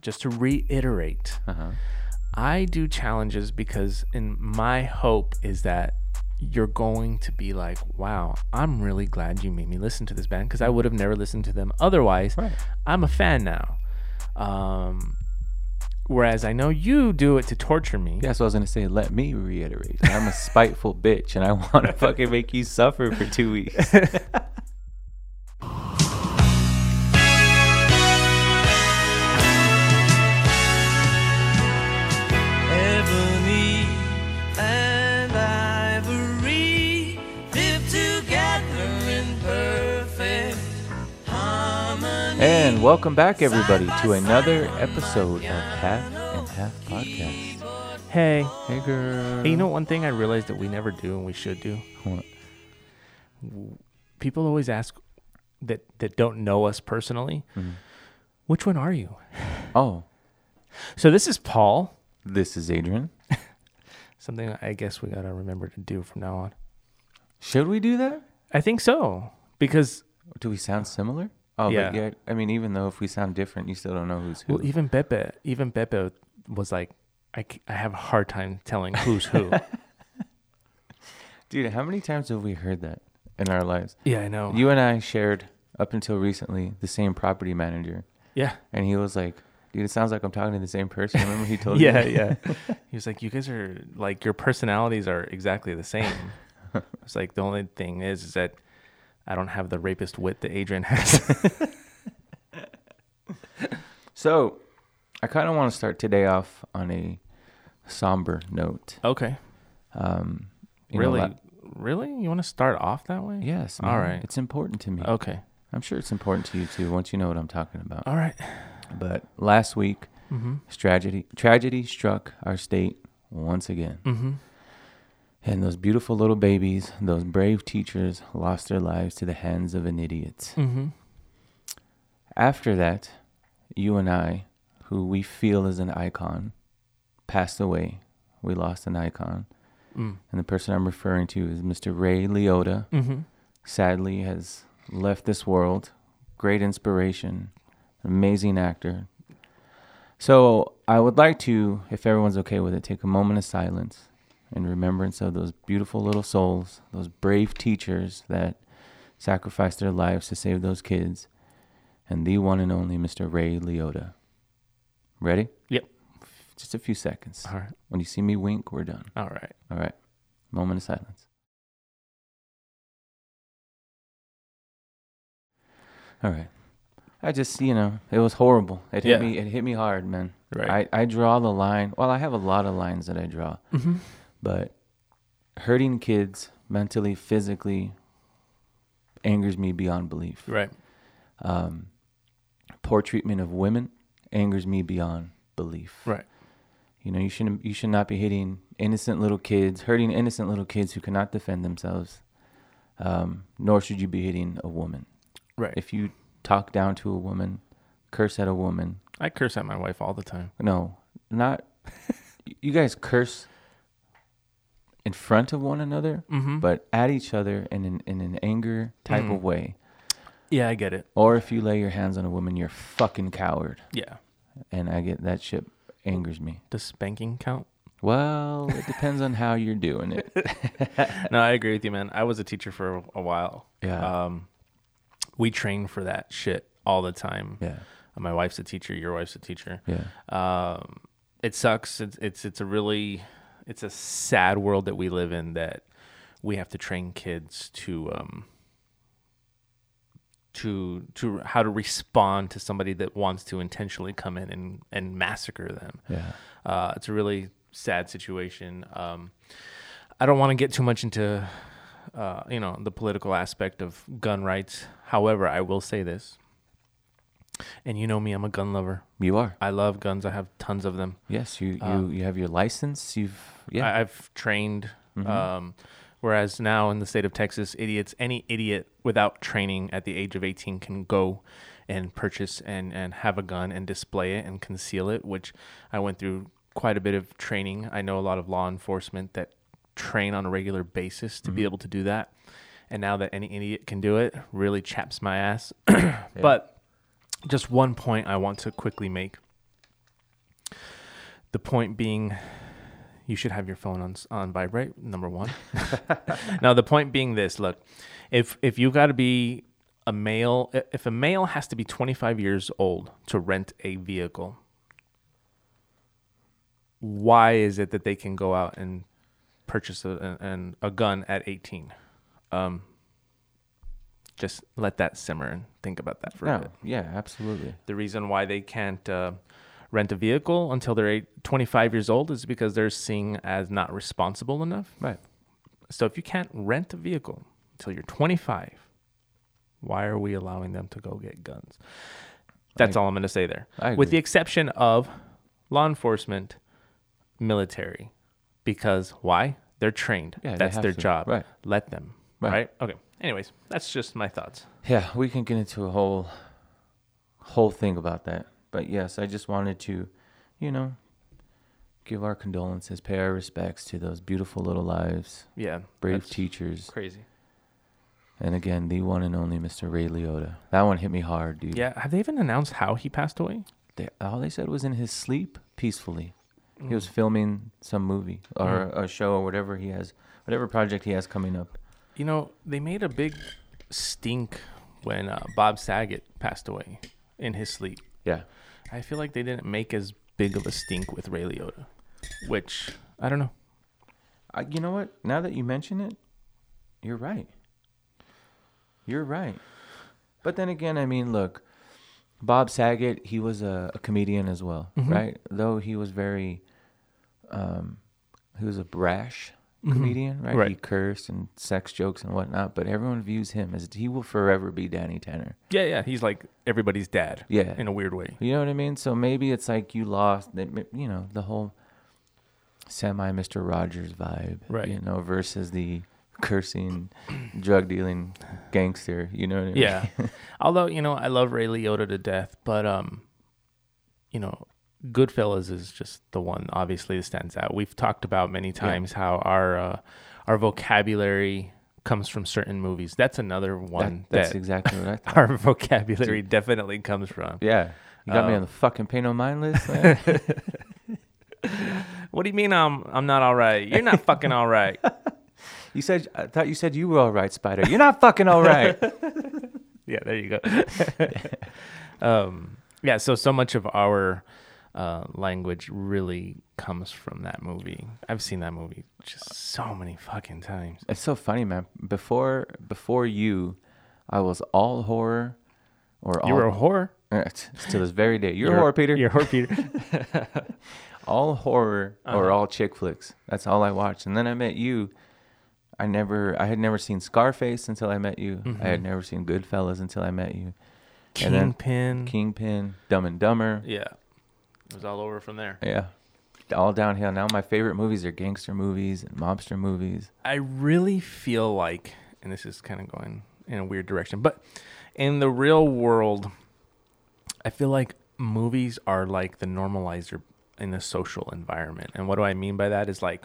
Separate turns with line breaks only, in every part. just to reiterate, I do challenges because, in my hope is that you're going to be like, wow, I'm really glad you made me listen to this band because I would have never listened to them otherwise.
Right.
I'm a fan now. Um, whereas I know you do it to torture me.
That's what I was gonna say. Let me reiterate. I'm a spiteful bitch, and I want to fucking make you suffer for two weeks.
Ebony and ivory live together in perfect harmony.
and welcome back, everybody, to another episode of Half and Half Podcast.
Hey,
Hey, girl.
hey, you know one thing I realized that we never do and we should do?
What?
People always ask that that don't know us personally, which one are you?
Oh,
So this is Paul.
this is Adrian.
Something I guess we gotta remember to do from now on.
Should we do that?
I think so because
Do we sound similar? Oh,
Yeah.
but yeah. I mean, even though if we sound different, you still don't know who's who.
well, even Beppe, even Beppe was like, I, c- I have a hard time telling who's who.
Dude, how many times have we heard that in our lives?
yeah, I know.
You and I shared up until recently the same property manager,
yeah,
and he was like, "Dude, it sounds like I'm talking to the same person." Remember he told
yeah,
you?
Oh, yeah. He was like, you guys are like your personalities are exactly the same. It's like the only thing is, is that I don't have the rapist wit that Adrian has.
So, I kind of want to start today off on a somber note.
okay,
Um, you know,
really,
la-
really, you want to start off that way?
yes.
All
man,
right.
It's important to me.
Okay.
I'm sure it's important to you too. Once you know what I'm talking about.
All right. Mm-hmm.
But last week, tragedy tragedy struck our state once again,
Mm-hmm.
and those beautiful little babies, those brave teachers, lost their lives to the hands of an idiot.
Mm-hmm.
After that, you and I, who we feel is an icon, passed away. We lost an icon,
Mm.
and the person I'm referring to is Mr. Ray Liotta.
Mm-hmm.
Sadly, has left this world. Great inspiration, amazing actor, So I would like to, if everyone's okay with it, take a moment of silence in remembrance of those beautiful little souls, those brave teachers that sacrificed their lives to save those kids, and the one and only Mr. Ray Liotta. Ready?
Yep.
Just a few seconds.
All right.
When you see me wink, we're done.
All right.
All right. Moment of silence. All right. I just, you know, it was horrible. It hit
Yeah.
me. It hit me hard, man.
Right.
I, I draw the line. Well, I have a lot of lines that I draw,
Mm-hmm.
but hurting kids mentally, physically, angers me beyond belief.
Right.
Um, poor treatment of women angers me beyond belief.
Right.
You know, you shouldn't you should not be hitting innocent little kids, hurting innocent little kids who cannot defend themselves. Um, nor should you be hitting a woman.
Right.
If you talk down to a woman, curse at a woman,
I curse at my wife all the time.
no, not you guys curse in front of one another,
Mhm.
but at each other in an in an anger type of way.
Yeah, I get it.
Or if you lay your hands on a woman, you're a fucking coward.
Yeah.
And I get that shit angers me.
Does spanking count?
Well, it depends on how you're doing it.
No, I agree with you, man. I was a teacher for a while.
Yeah.
Um, we train for that shit all the time.
Yeah.
My wife's a teacher. Your wife's a teacher.
Yeah.
Um, it sucks. It's, it's it's a really it's a sad world that we live in that we have to train kids to um to to how to respond to somebody that wants to intentionally come in and and massacre them.
Yeah.
Uh, it's a really sad situation. Um, I don't want to get too much into, uh, you know, the political aspect of gun rights. However, I will say this, and you know me, I'm a gun lover.
You are.
I love guns. I have tons of them.
Yes, you you, you have your license. You've yeah.
Um, I, I've trained. Um, whereas now in the state of Texas, idiots, any idiot without training at the age of 18 can go and purchase and, and have a gun and display it and conceal it, which I went through quite a bit of training. I know a lot of law enforcement that train on a regular basis to be able to do that. And now that any idiot can do it, really chaps my ass. But just one point I want to quickly make The point being, you should have your phone on s- on vibrate. Number one. now the point being this: look, if if you got to be a male, i- if a male has to be 25 years old to rent a vehicle, why is it that they can go out and purchase a, a, an, a gun at 18? Um, just let that simmer and think about that for a
No,
bit
yeah, absolutely.
the reason why they can't uh, rent a vehicle until they're eight, 25 years old is because they're seen as not responsible enough.
Right.
So if you can't rent a vehicle until you're 25, why are we allowing them to go get guns? That's all I'm going to say there.
I
With
agree.
the exception of law enforcement, military, because why? They're trained.
Yeah, they
that's
have
their
to.
job.
Right.
Let them.
Right.
right. Okay. Anyways, that's just my thoughts.
Yeah, we can get into a whole whole thing about that. But yes, I just wanted to, you know, give our condolences, pay our respects to those beautiful little lives,
Yeah.
brave
that's
teachers,
Crazy.
and again, the one and only Mr. Ray Liotta. That one hit me hard, dude.
Yeah. Have they even announced how he passed away?
They, all they said was in his sleep, peacefully. He was filming some movie or a show or whatever he has, whatever project he has coming up.
You know, they made a big stink when uh, Bob Saget passed away in his sleep.
Yeah.
I feel like they didn't make as big of a stink with Ray Liotta, which I don't know.
I, you know what? Now that you mention it, you're right. You're right. But then again, I mean, look, Bob Saget, he was a, a comedian as well, right? Though he was very, um, he was a brash comedian, right? He
Right.
cursed and sex jokes and whatnot, but everyone views him as he will forever be Danny Tanner.
Yeah, yeah, he's like everybody's dad.
Yeah.
in a weird way.
You know what I mean? So maybe it's like you lost, that m- you know, the whole semi Mr. Rogers vibe,
Right.
You know, versus the cursing, drug dealing gangster. You know what I mean?
Yeah, although you know, I love Ray Liotta to death, but um, you know, Goodfellas is just the one obviously that stands out. We've talked about many times how our uh, our vocabulary comes from certain movies. That's another
That-
one
that's
that
exactly what I thought.
our vocabulary definitely comes from.
Yeah. You got me
Um,
on the fucking pay no mind list. man.
What do you mean I'm I'm not all right? You're not fucking all right.
you said I thought you said you were all right, Spider. You're not fucking all right.
Yeah, there you go. um, yeah, so so much of our uh, language really comes from that movie. I've seen that movie just so many fucking times.
It's so funny, man. Before before you, I was all horror, or all,
You were a whore.
to this very day. You're, a horror, Peter.
You're a whore, Peter.
all horror or all chick flicks. That's all I watched. And then I met you. I never, I had never seen Scarface until I met you. I had never seen Goodfellas until I met you. And then-
Kingpin.
Kingpin, Dumb and Dumber.
yeah, it was all over from there.
Yeah. All downhill. Now my favorite movies are gangster movies and mobster movies.
I really feel like, and this is kind of going in a weird direction, but in the real world, I feel like movies are like the normalizer in the social environment. And what do I mean by that is like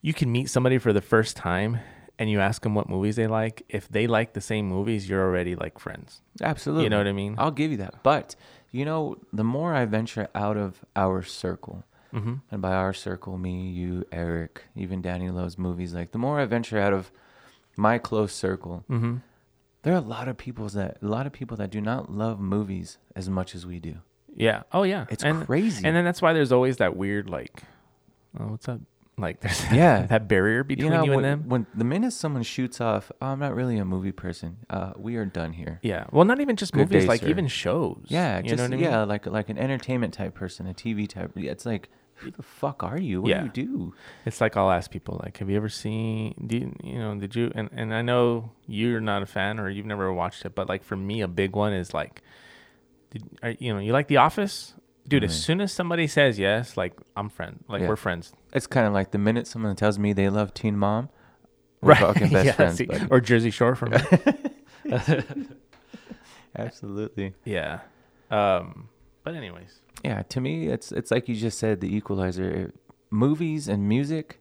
you can meet somebody for the first time and you ask them what movies they like. If they like the same movies, you're already like friends.
Absolutely.
You know what I mean?
I'll give you that. But you know, the more I venture out of our circle,
Mm-hmm.
and by our circle, me, you, Eric, even Danny loves movies. Like the more I venture out of my close circle,
Mm-hmm.
there are a lot of people that a lot of people that do not love movies as much as we do.
Yeah. Oh yeah.
It's
and,
crazy.
And then that's why there's always that weird like, oh, what's up? Like there's
Yeah.
that barrier between you,
know,
and
when,
them.
when the minute someone shoots off, "Oh, I'm not really a movie person. Uh, we are done here.
Yeah. Well, not even just
Good
movies,
day,
like
sir.
even shows.
Yeah,
You
just,
know what I mean?
yeah, like like an entertainment type person, a TV type. yeah, It's like, who the fuck are you? What
Yeah.
do you do?
It's like I'll ask people, like, have you ever seen, do you, you know, did you, and, and I know you're not a fan or you've never watched it, but like for me, a big one is like, did, are, you know, you like The Office? Dude, as soon as somebody says yes, like I'm friend, like
Mm-hmm. Yeah.
we're friends,
It's kind of like the minute someone tells me they love Teen Mom, we're fucking best
Yeah,
friends.
see,
buddy.
or Jersey Shore for me.
Absolutely.
yeah. Um. But anyways,
Yeah, to me, it's it's like you just said, the equalizer. It- movies and music,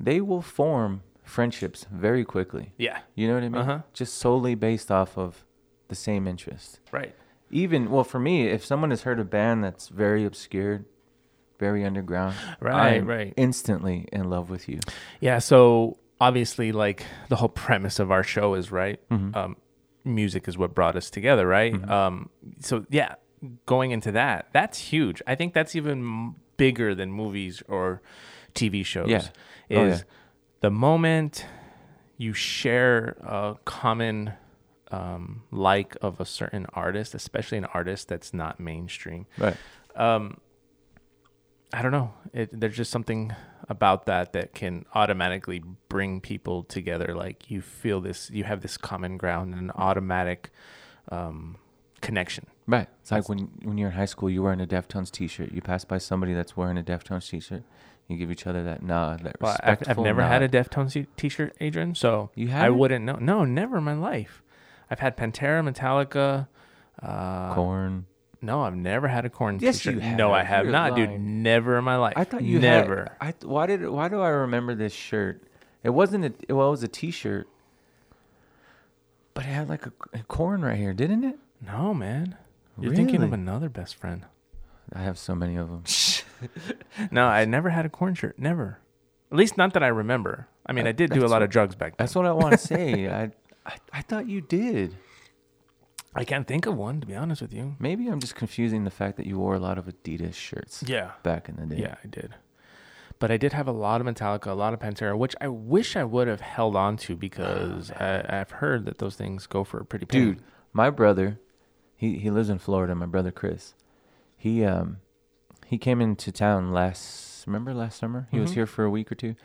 they will form friendships very quickly.
yeah.
You know what I mean?
Uh-huh.
Just solely based off of the same interest.
Right.
Even well, for me, if someone has heard a band that's very obscure, very underground.
Right,
I'm
right.
Instantly in love with you.
Yeah, so obviously, like the whole premise of our show is right.
Mm-hmm.
Um, music is what brought us together, right? Um, so yeah, going into that, that's huge. I think that's even m- bigger than movies or TV shows.
Yeah.
is
Oh,
the moment you share a common um, like of a certain artist, especially an artist that's not mainstream.
Right.
I don't know. It, there's just something about that that can automatically bring people together. Like you feel this, you have this common ground and an automatic um, connection.
Right. It's like when when you're in high school, you're wearing a Deftones T-shirt. You pass by somebody that's wearing a Deftones T-shirt. You give each other that nod, that
Well, I've,
respectful
I've never had a
nod.
Deftones t- t-shirt, Adrian, so
You
I
haven't?
wouldn't know. No, never in my life. I've had Pantera, Metallica. Uh,
corn.
No, I've never had a corn
Yes, you
t-shirt. No, I
have.
have
You're
not, dude.
lying.
Never in my life.
I thought you had-
never.
I th- why did why do I remember this shirt? It wasn't a well, it was a T-shirt, but it had like a, a corn right here, didn't it?
No, man. You're thinking of
Really?
another best friend.
I have so many of them.
No, I never had a corn shirt. Never. At least not that I remember. I mean, I did do a
that's
lot of drugs back then.
That's what I want to say. I, I I thought you did.
I can't think of one, to be honest with you.
Maybe I'm just confusing the fact that you wore a lot of Adidas shirts.
Yeah.
Back in the day.
Yeah, I did. But I did have a lot of Metallica, a lot of Pantera, which I wish I would have held on to because I, I've heard that those things go for a pretty penny.
Oh, dude my brother he, he lives in florida my brother chris he um he came into town last remember last summer he was here for a week or two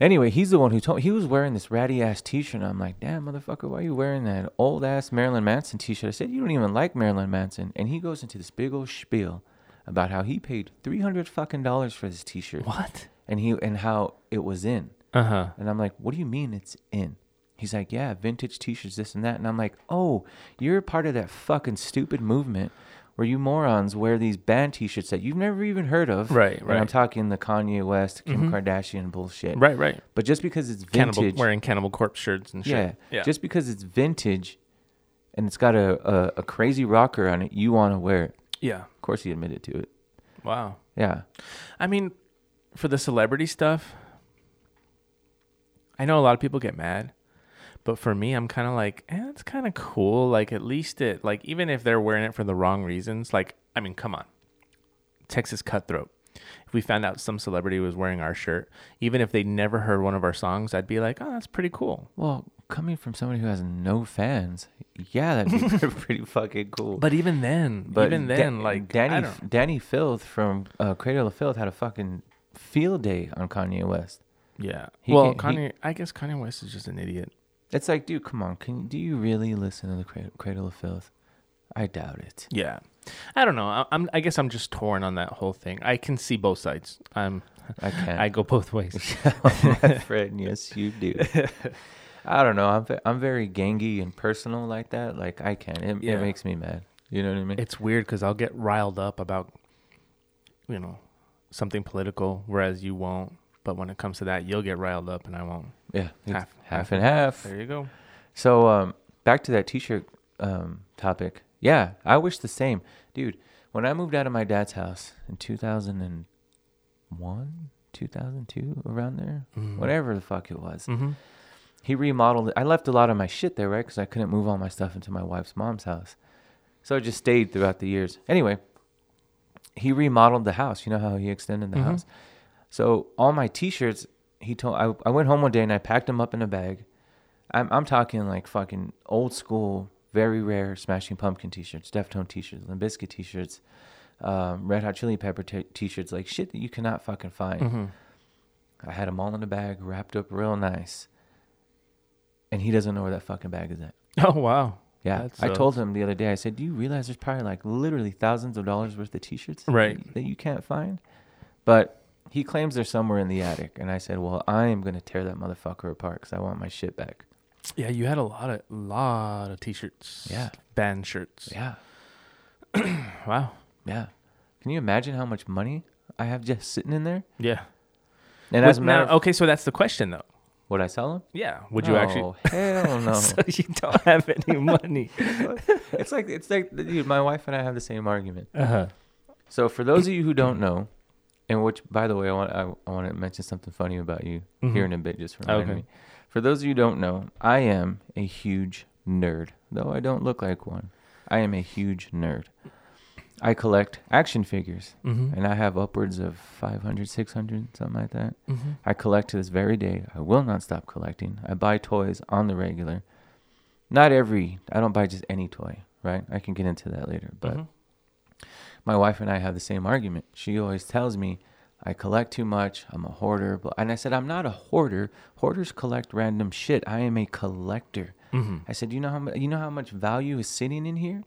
anyway he's the one who told he was wearing this ratty ass t-shirt and i'm like damn motherfucker why are you wearing that old ass marilyn manson t-shirt i said you don't even like marilyn manson and he goes into this big old spiel about how he paid 300 fucking dollars for this t-shirt
What?
and he and how it was in
Uh huh.
and I'm like, what do you mean it's in? He's like, yeah, vintage t shirts, this and that. And I'm like, oh, you're part of that fucking stupid movement where you morons wear these band t shirts that you've never even heard of.
Right,
And I'm
right. Mm-hmm.
talking the Kanye West, Kim Kardashian bullshit.
Right, right.
But just because it's vintage.
Cannibal, wearing Cannibal Corpse shirts and shit.
yeah, Just because it's vintage and it's got a, a, a crazy rocker on it, you want to wear it.
yeah.
Of course, he admitted to it.
Wow.
Yeah.
I mean, for the celebrity stuff, I know a lot of people get mad, but for me, I'm kind of like, eh, it's kind of cool. Like, at least it, like, even if they're wearing it for the wrong reasons, like, I mean, come on. Texas Cutthroat. If we found out some celebrity was wearing our shirt, even if they never heard one of our songs, I'd be like, oh, that's pretty cool.
Well, coming from somebody who has no fans, yeah, that'd be pretty fucking cool.
But even then,
But
even
Da-
then, like,
Danny,
I don't,
Danny Filth from uh, Cradle of Filth had a fucking field day on Kanye West.
yeah.
he
Well,
can't- he-
Kanye, I guess Kanye West is just an idiot.
It's like, dude, come on, can do you really listen to the Cradle, Cradle of Filth? I doubt it.
Yeah, I don't know. I, I'm. I guess I'm just torn on that whole thing. I can see both sides. I'm.
I can't.
I go both ways.
my friend, yes, you do. I don't know. I'm ve- I'm very gangy and personal like that. Like I can. It,
Yeah.
it makes me mad. You know what I mean?
it's weird because I'll get riled up about, you know, something political, whereas you won't. But when it comes to that, you'll get riled up, and I won't.
yeah, it's
half-
half and half.
There you go.
So um, back to that T-shirt um, topic. Yeah, I wish the same, dude. When I moved out of my dad's house in 2001, 2002, around there, whatever the fuck it was,
Mhm.
he remodeled. it. I left a lot of my shit there, right? Because I couldn't move all my stuff into my wife's mom's house, so it just stayed throughout the years. Anyway, he remodeled the house. You know how he extended the house. So all my T-shirts, he told. I, I went home one day and I packed them up in a bag. I'm I'm talking like fucking old school, very rare Smashing Pumpkin T-shirts, Deftone T-shirts, Limp Bizkit T-shirts, um, Red Hot Chili Pepper t- T-shirts, like shit that you cannot fucking find.
Mm-hmm.
I had them all in a bag, wrapped up real nice, and he doesn't know where that fucking bag is at.
Oh wow.
Yeah,
That
I
sucks.
told him the other day. I said, "Do you realize there's probably like literally thousands of dollars worth of T-shirts that
Right.
you- that you can't find?" But he claims they're somewhere in the attic, and I said, "Well, I am gonna tear that motherfucker apart because I want my shit back."
Yeah, you had a lot of lot of t-shirts.
Yeah.
band shirts.
Yeah,
Wow.
yeah. Can you imagine how much money I have just sitting in there?
Yeah.
And as
Would,
a matter,
now,
of,
okay, so that's the question though.
would I sell them?
Yeah. Would you actually?
Hell Oh, no.
So you don't have any money.
it's like it's like dude. My wife and I have the same argument.
uh huh.
So for those of you who don't know, And which, by the way, I want I, I want to mention something funny about you here in a bit. Just reminded
Okay.
me. For those of you who don't know, I am a huge nerd, though I don't look like one. I am a huge nerd. I collect action figures,
Mm-hmm.
and I have upwards of 500, 600, something like that. I collect to this very day. I will not stop collecting. I buy toys on the regular. Not every. I don't buy just any toy, right? I can get into that later, but my wife and I have the same argument. She always tells me I collect too much. I'm a hoarder. But and I said I'm not a hoarder. Hoarders collect random shit. I am a collector.
Mm-hmm.
I said, you know how mu- you know how much value is sitting in here,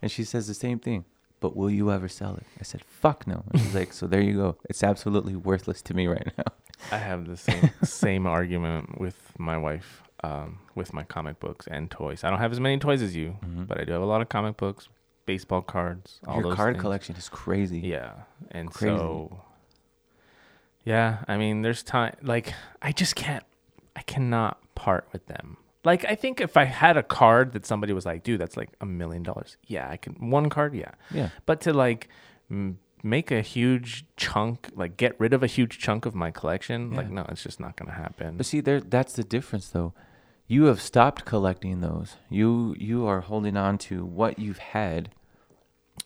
and she says the same thing. But will you ever sell it? I said, fuck no. And she's like, so there you go. It's absolutely worthless to me right now.
I have the same same argument with my wife, um, with my comic books and toys. I don't have as many toys as you, but I do have a lot of comic books, baseball cards, all
Mm-hmm. Your
those
card
things.
collection is crazy.
Yeah, and
Crazy.
so yeah, I mean, there's time like I just can't, I cannot part with them. Like I think if I had a card that somebody was like, "Dude, that's like a million dollars," yeah, I can one card, yeah,
Yeah.
But to like m- make a huge chunk, like get rid of a huge chunk of my collection, like no, it's just not gonna happen.
But see, there that's the difference though. You have stopped collecting those. You you are holding on to what you've had.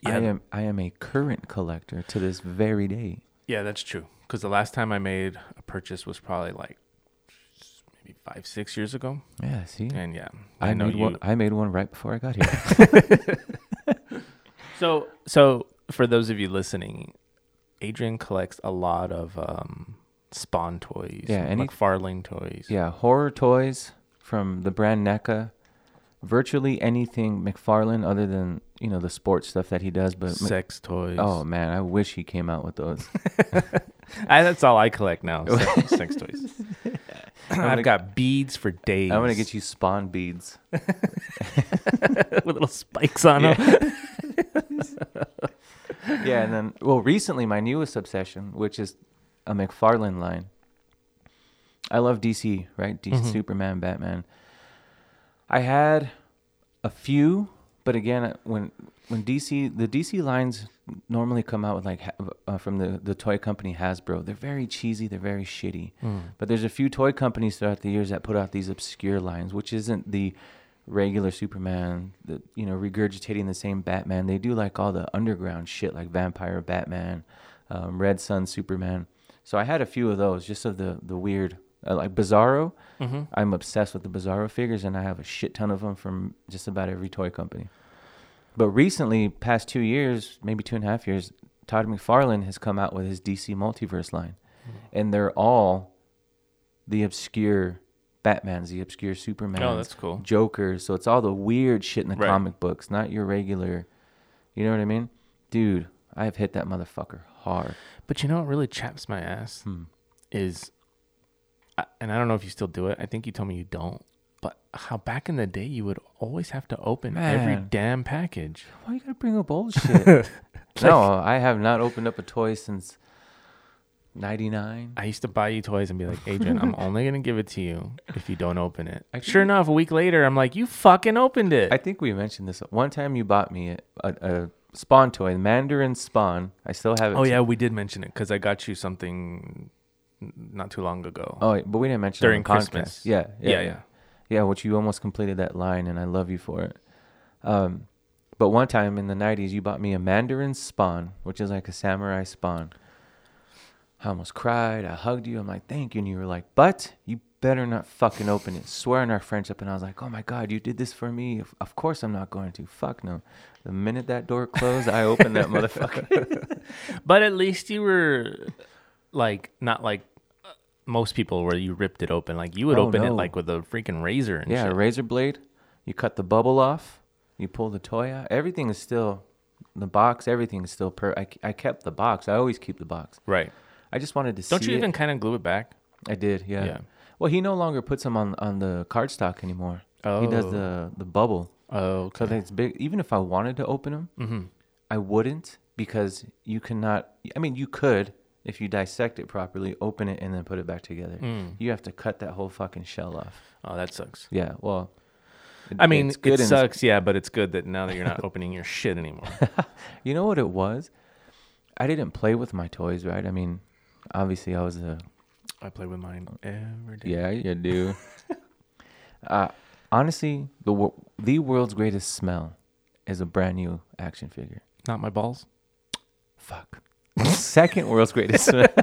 I
Yeah.
am I am a current collector to this very day.
Yeah, that's true. Because the last time I made a purchase was probably like maybe five, six years ago,
Yeah, see?
and yeah,
I,
I, know
made
you.
one I made one right before I got here.
So, so for those of you listening, Adrian collects a lot of um, Spawn toys,
Yeah, any-
McFarlane toys.
yeah, horror toys from the brand NECA. Virtually anything McFarlane other than, you know, the sports stuff that he does, but Mc-
sex toys.
Oh man, I wish he came out with those.
I, that's all I collect now. Sex, sex toys. I've got beads for days.
I'm gonna get you spawn beads.
with little spikes on them.
yeah, and then well, recently my newest obsession, which is a McFarlane line. I love DC, right? DC,
Mm-hmm.
Superman, Batman. I had a few, but again, when when DC the DC lines normally come out with like ha- uh, from the the toy company Hasbro, they're very cheesy, they're very shitty. But there's a few toy companies throughout the years that put out these obscure lines, which isn't the regular Superman, the, you know, regurgitating the same Batman. They do like all the underground shit, like Vampire Batman, um, Red Sun Superman. So I had a few of those, just of the the weird, uh, like Bizarro.
Mm-hmm.
I'm obsessed with the Bizarro figures, and I have a shit ton of them from just about every toy company. But recently, past two years, maybe two and a half years, Todd McFarlane has come out with his DC Multiverse line,
Mm-hmm.
and they're all the obscure Batman's, the obscure Superman's,
Oh, that's cool.
Jokers. So it's all the weird shit in the
Right.
comic books, not your regular. You know what I mean, dude? I've hit that motherfucker hard.
But you know what really chaps my ass
Hmm.
is, I- and I don't know if you still do it. I think you told me you don't. But how back in the day you would always have to open every
Man.
damn package.
Why you gotta bring up old shit? no, I have not opened up a toy since '99.
I used to buy you toys and be like, Adrian, I'm only gonna give it to you if you don't open it.
I
sure enough, a week later, I'm like, you fucking opened it.
I think we mentioned this one time. You bought me a, a, a Spawn toy, Mandarin Spawn. I still have it.
oh
to-
yeah, we did mention it because I got you something n- not too long ago.
Oh, but we didn't mention it
During
on the podcast.
Christmas.
Yeah, yeah,
Yeah,
yeah,
yeah.
Yeah, which you almost completed that line, and I love you for it. Um, but one time in the '90s, you bought me a Mandarin Spawn, which is like a samurai spawn. I almost cried. I hugged you. I'm like, thank you. And you were like, but you better not fucking open it. Swearing our friendship. And I was like, oh my God, you did this for me. Of, of course I'm not going to. Fuck no. The minute that door closed, I opened that motherfucker.
But at least you were like not like uh, most people where you ripped it open. Like you would
Oh,
open it
no.
like with a freaking razor and
yeah,
shit.
a razor blade. You cut the bubble off. You pull the toy out. Everything is still, the box, everything is still per. I, I kept the box. I always keep the box.
Right.
I just wanted to see.
Don't you
it.
even kind of glue it back?
I did, yeah.
Yeah.
Well, he no longer puts them on, on the cardstock anymore. He does
Oh.
the, the bubble.
Oh,
So that's big. Even if I wanted to open them,
Mm-hmm.
I wouldn't because you cannot. I mean, you could if you dissect it properly, open it and then put it back together.
Mm.
You have to cut that whole fucking shell off.
Oh, that sucks.
Yeah. Well, it-
I mean, uh,
it's good
it
and it's-
sucks, yeah, but it's good that now that you're not opening your shit anymore.
You know what it was? I didn't play with my toys, right? I mean, obviously I was a
I play with mine every day.
yeah, you do. uh, honestly, the wor- the world's greatest smell is a brand new action figure.
Not my balls.
Fuck. Second world's greatest smell.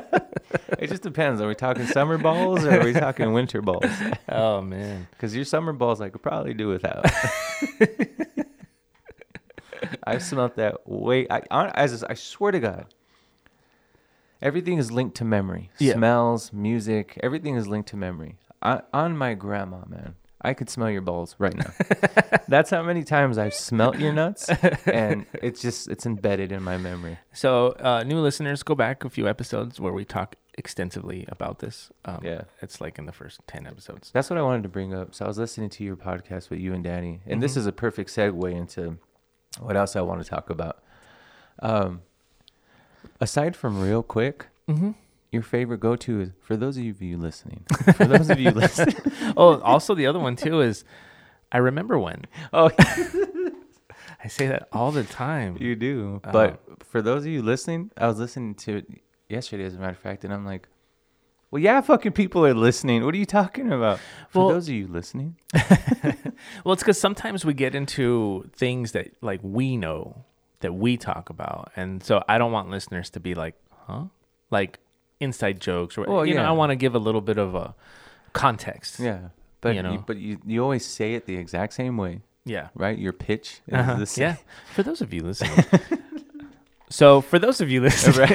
it just depends. Are we talking summer balls or are we talking winter balls?
Oh man.
Because your summer balls I could probably do without. I've smelt that way. I, hon- as I swear to God, everything is linked to memory.
Yeah.
Smells, music, everything is linked to memory. I, on my grandma, man, I could smell your balls right now. That's how many times I've smelt your nuts, and it's just it's embedded in my memory.
So uh, new listeners, go back a few episodes where we talk extensively about this. Um,
Yeah.
It's like in the first ten episodes.
That's what I wanted to bring up. So I was listening to your podcast with you and Danny, and
Mm-hmm.
this is a perfect segue into what else I want to talk about. Um, aside from real quick,
Mm-hmm.
your favorite go-to is for those of you listening. For those of you listening,
Oh, also the other one too is, I remember when.
oh,
I say that all the time.
you do.
Oh.
But for those of you listening, I was listening to it yesterday, as a matter of fact, and I'm like, well, yeah, fucking people are listening. What are you talking about? For
Well-
those of you listening,
Well, it's because sometimes we get into things that like we know that we talk about, and so I don't want listeners to be like, huh, like inside jokes or
Well,
you know,
yeah.
I want to give a little bit of a context.
yeah. But
You
you
know.
but you, you always say it the exact same way.
yeah,
right? Your pitch is
Uh-huh.
the same.
yeah. For those of you listening. So, for those of you listening,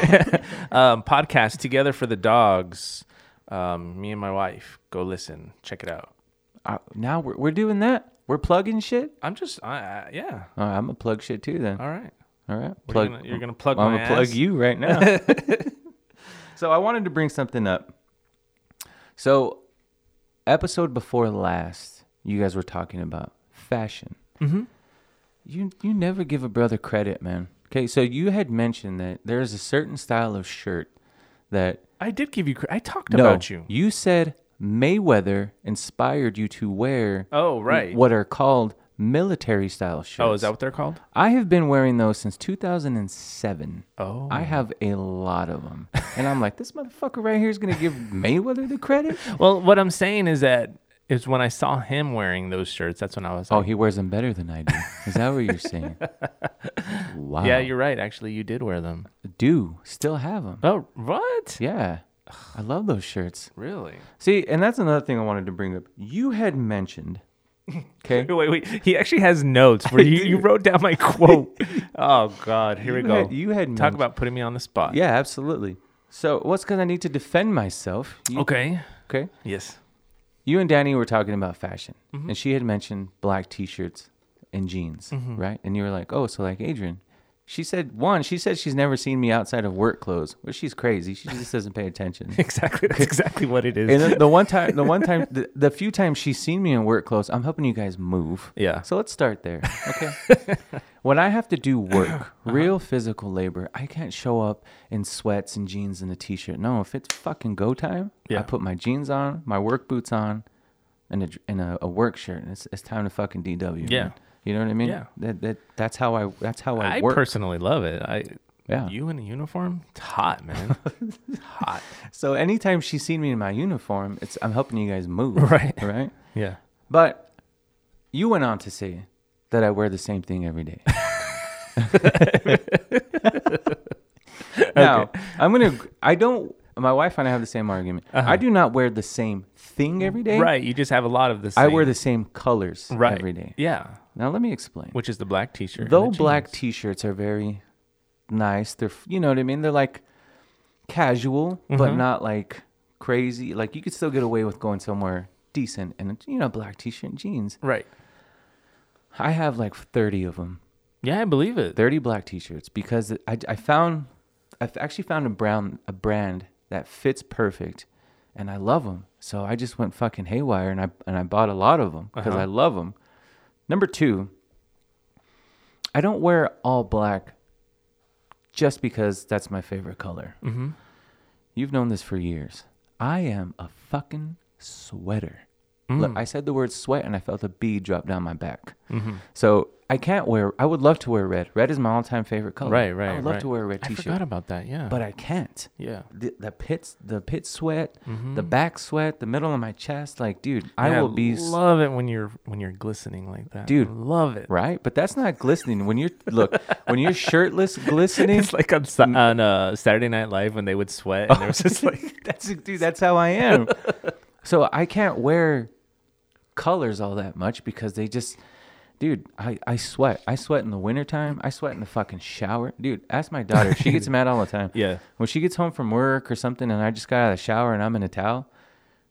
um, podcast Together for the Dogs, um, me and my wife, go listen, check it out.
Uh, now we're, we're doing that. We're plugging shit.
I'm just, I I- yeah,
All right, I'm gonna plug shit too then.
all right.
All right,
We're
plug.
gonna- you're gonna plug
I'm
my
gonna plug
ass?
you right now. so I wanted to bring something up. So episode before last, you guys were talking about fashion.
Mm-hmm.
You you never give a brother credit, man. Okay, so you had mentioned that there is a certain style of shirt that
I did give you, cre- I talked
no,
about you.
You said Mayweather inspired you to wear
Oh, right.
what are called military style shirts.
Oh, is that what they're called?
I have been wearing those since 2007.
Oh.
I have a lot of them. and I'm like, this motherfucker right here is going to give Mayweather the credit?
Well, what I'm saying is that is when I saw him wearing those shirts, that's when I was
Oh,
like,
he wears them better than I do. Is that what you're saying? Wow.
yeah, you're right. Actually, you did wear them.
do still have them.
Oh, what?
Yeah. I love those shirts.
Really?
See, and that's another thing I wanted to bring up. You had mentioned, okay?
Wait, wait. He actually has notes where you, you wrote down my quote. oh God, here we
You
go.
had- you
talk
had mentioned-
about putting me on the spot.
Yeah, absolutely. So, what's because I need to defend myself? You-
Okay.
Okay.
Yes.
You and Danny were talking about fashion, and she had mentioned black T-shirts and jeans, right? And you were like, "Oh, so like Adrian." She said, one, she said she's never seen me outside of work clothes, which she's crazy. She just doesn't pay attention.
Exactly. That's exactly what it is.
And the, the one time, the one time, the, the few times she's seen me in work clothes, I'm helping you guys move.
Yeah.
So let's start there. Okay. when I have to do work,
Uh-huh.
real physical labor, I can't show up in sweats and jeans and a t-shirt. No, if it's fucking go time,
Yeah.
I put my jeans on, my work boots on, and a dr- and a, a work shirt, and it's, it's time to fucking DW.
Yeah.
man. You know what I mean?
Yeah.
That, that that's how I that's how I,
I
work.
personally love it. I
Yeah.
You in a uniform? It's hot, man. It's hot.
so anytime she's seen me in my uniform, it's I'm helping you guys move.
Right.
Right.
Yeah.
But you went on to say that I wear the same thing every day. now, I'm going to, I don't, my wife and I have the same argument. I do not wear the same thing every day.
Uh-huh. Right. You just have a lot of the same.
I wear the same colors
right.
every day.
Yeah.
Now, let me explain.
Which is the black t-shirt. and the
Though black
jeans.
t shirts are very nice, they're, f- you know what I mean? They're like casual,
Mm-hmm.
but not like crazy. Like, you could still get away with going somewhere decent and, you know, black t shirt and jeans.
Right.
I have like 30 of them,
Yeah, I believe it.
30 black t-shirts because I, I found I've actually found a brown a brand that fits perfect and I love them. So I just went fucking haywire and I and I bought a lot of them because I love them. Number 2, I don't wear all black just because that's my favorite color. Mm-hmm. You've known this for years. I am a fucking
Mm. Mm-hmm.
sweater. Look, I said the word sweat and I felt a bee drop down my back. So I can't wear. I would love to wear red. Red is my all-time favorite color.
Right, right.
I would love
right.
to wear a red
I forgot
T-shirt,
about that. Yeah.
but I can't.
yeah.
The, the pits, the pit sweat,
Mm-hmm.
the back sweat, the middle of my chest. Like, dude,
Yeah,
I will be s-
love it when you're when you're glistening like that.
Dude.
love it.
right. But that's not glistening. When you're look, when you're shirtless, glistening.
It's like on, Sa- on uh, Saturday Night Live when they would sweat and there was just like
that's dude. That's how I am. so I can't wear colors all that much because they just, dude. I, I sweat. I sweat in the wintertime. I sweat in the fucking shower, dude. Ask my daughter. She gets mad all the time.
Yeah.
When she gets home from work or something, and I just got out of the shower and I'm in a towel,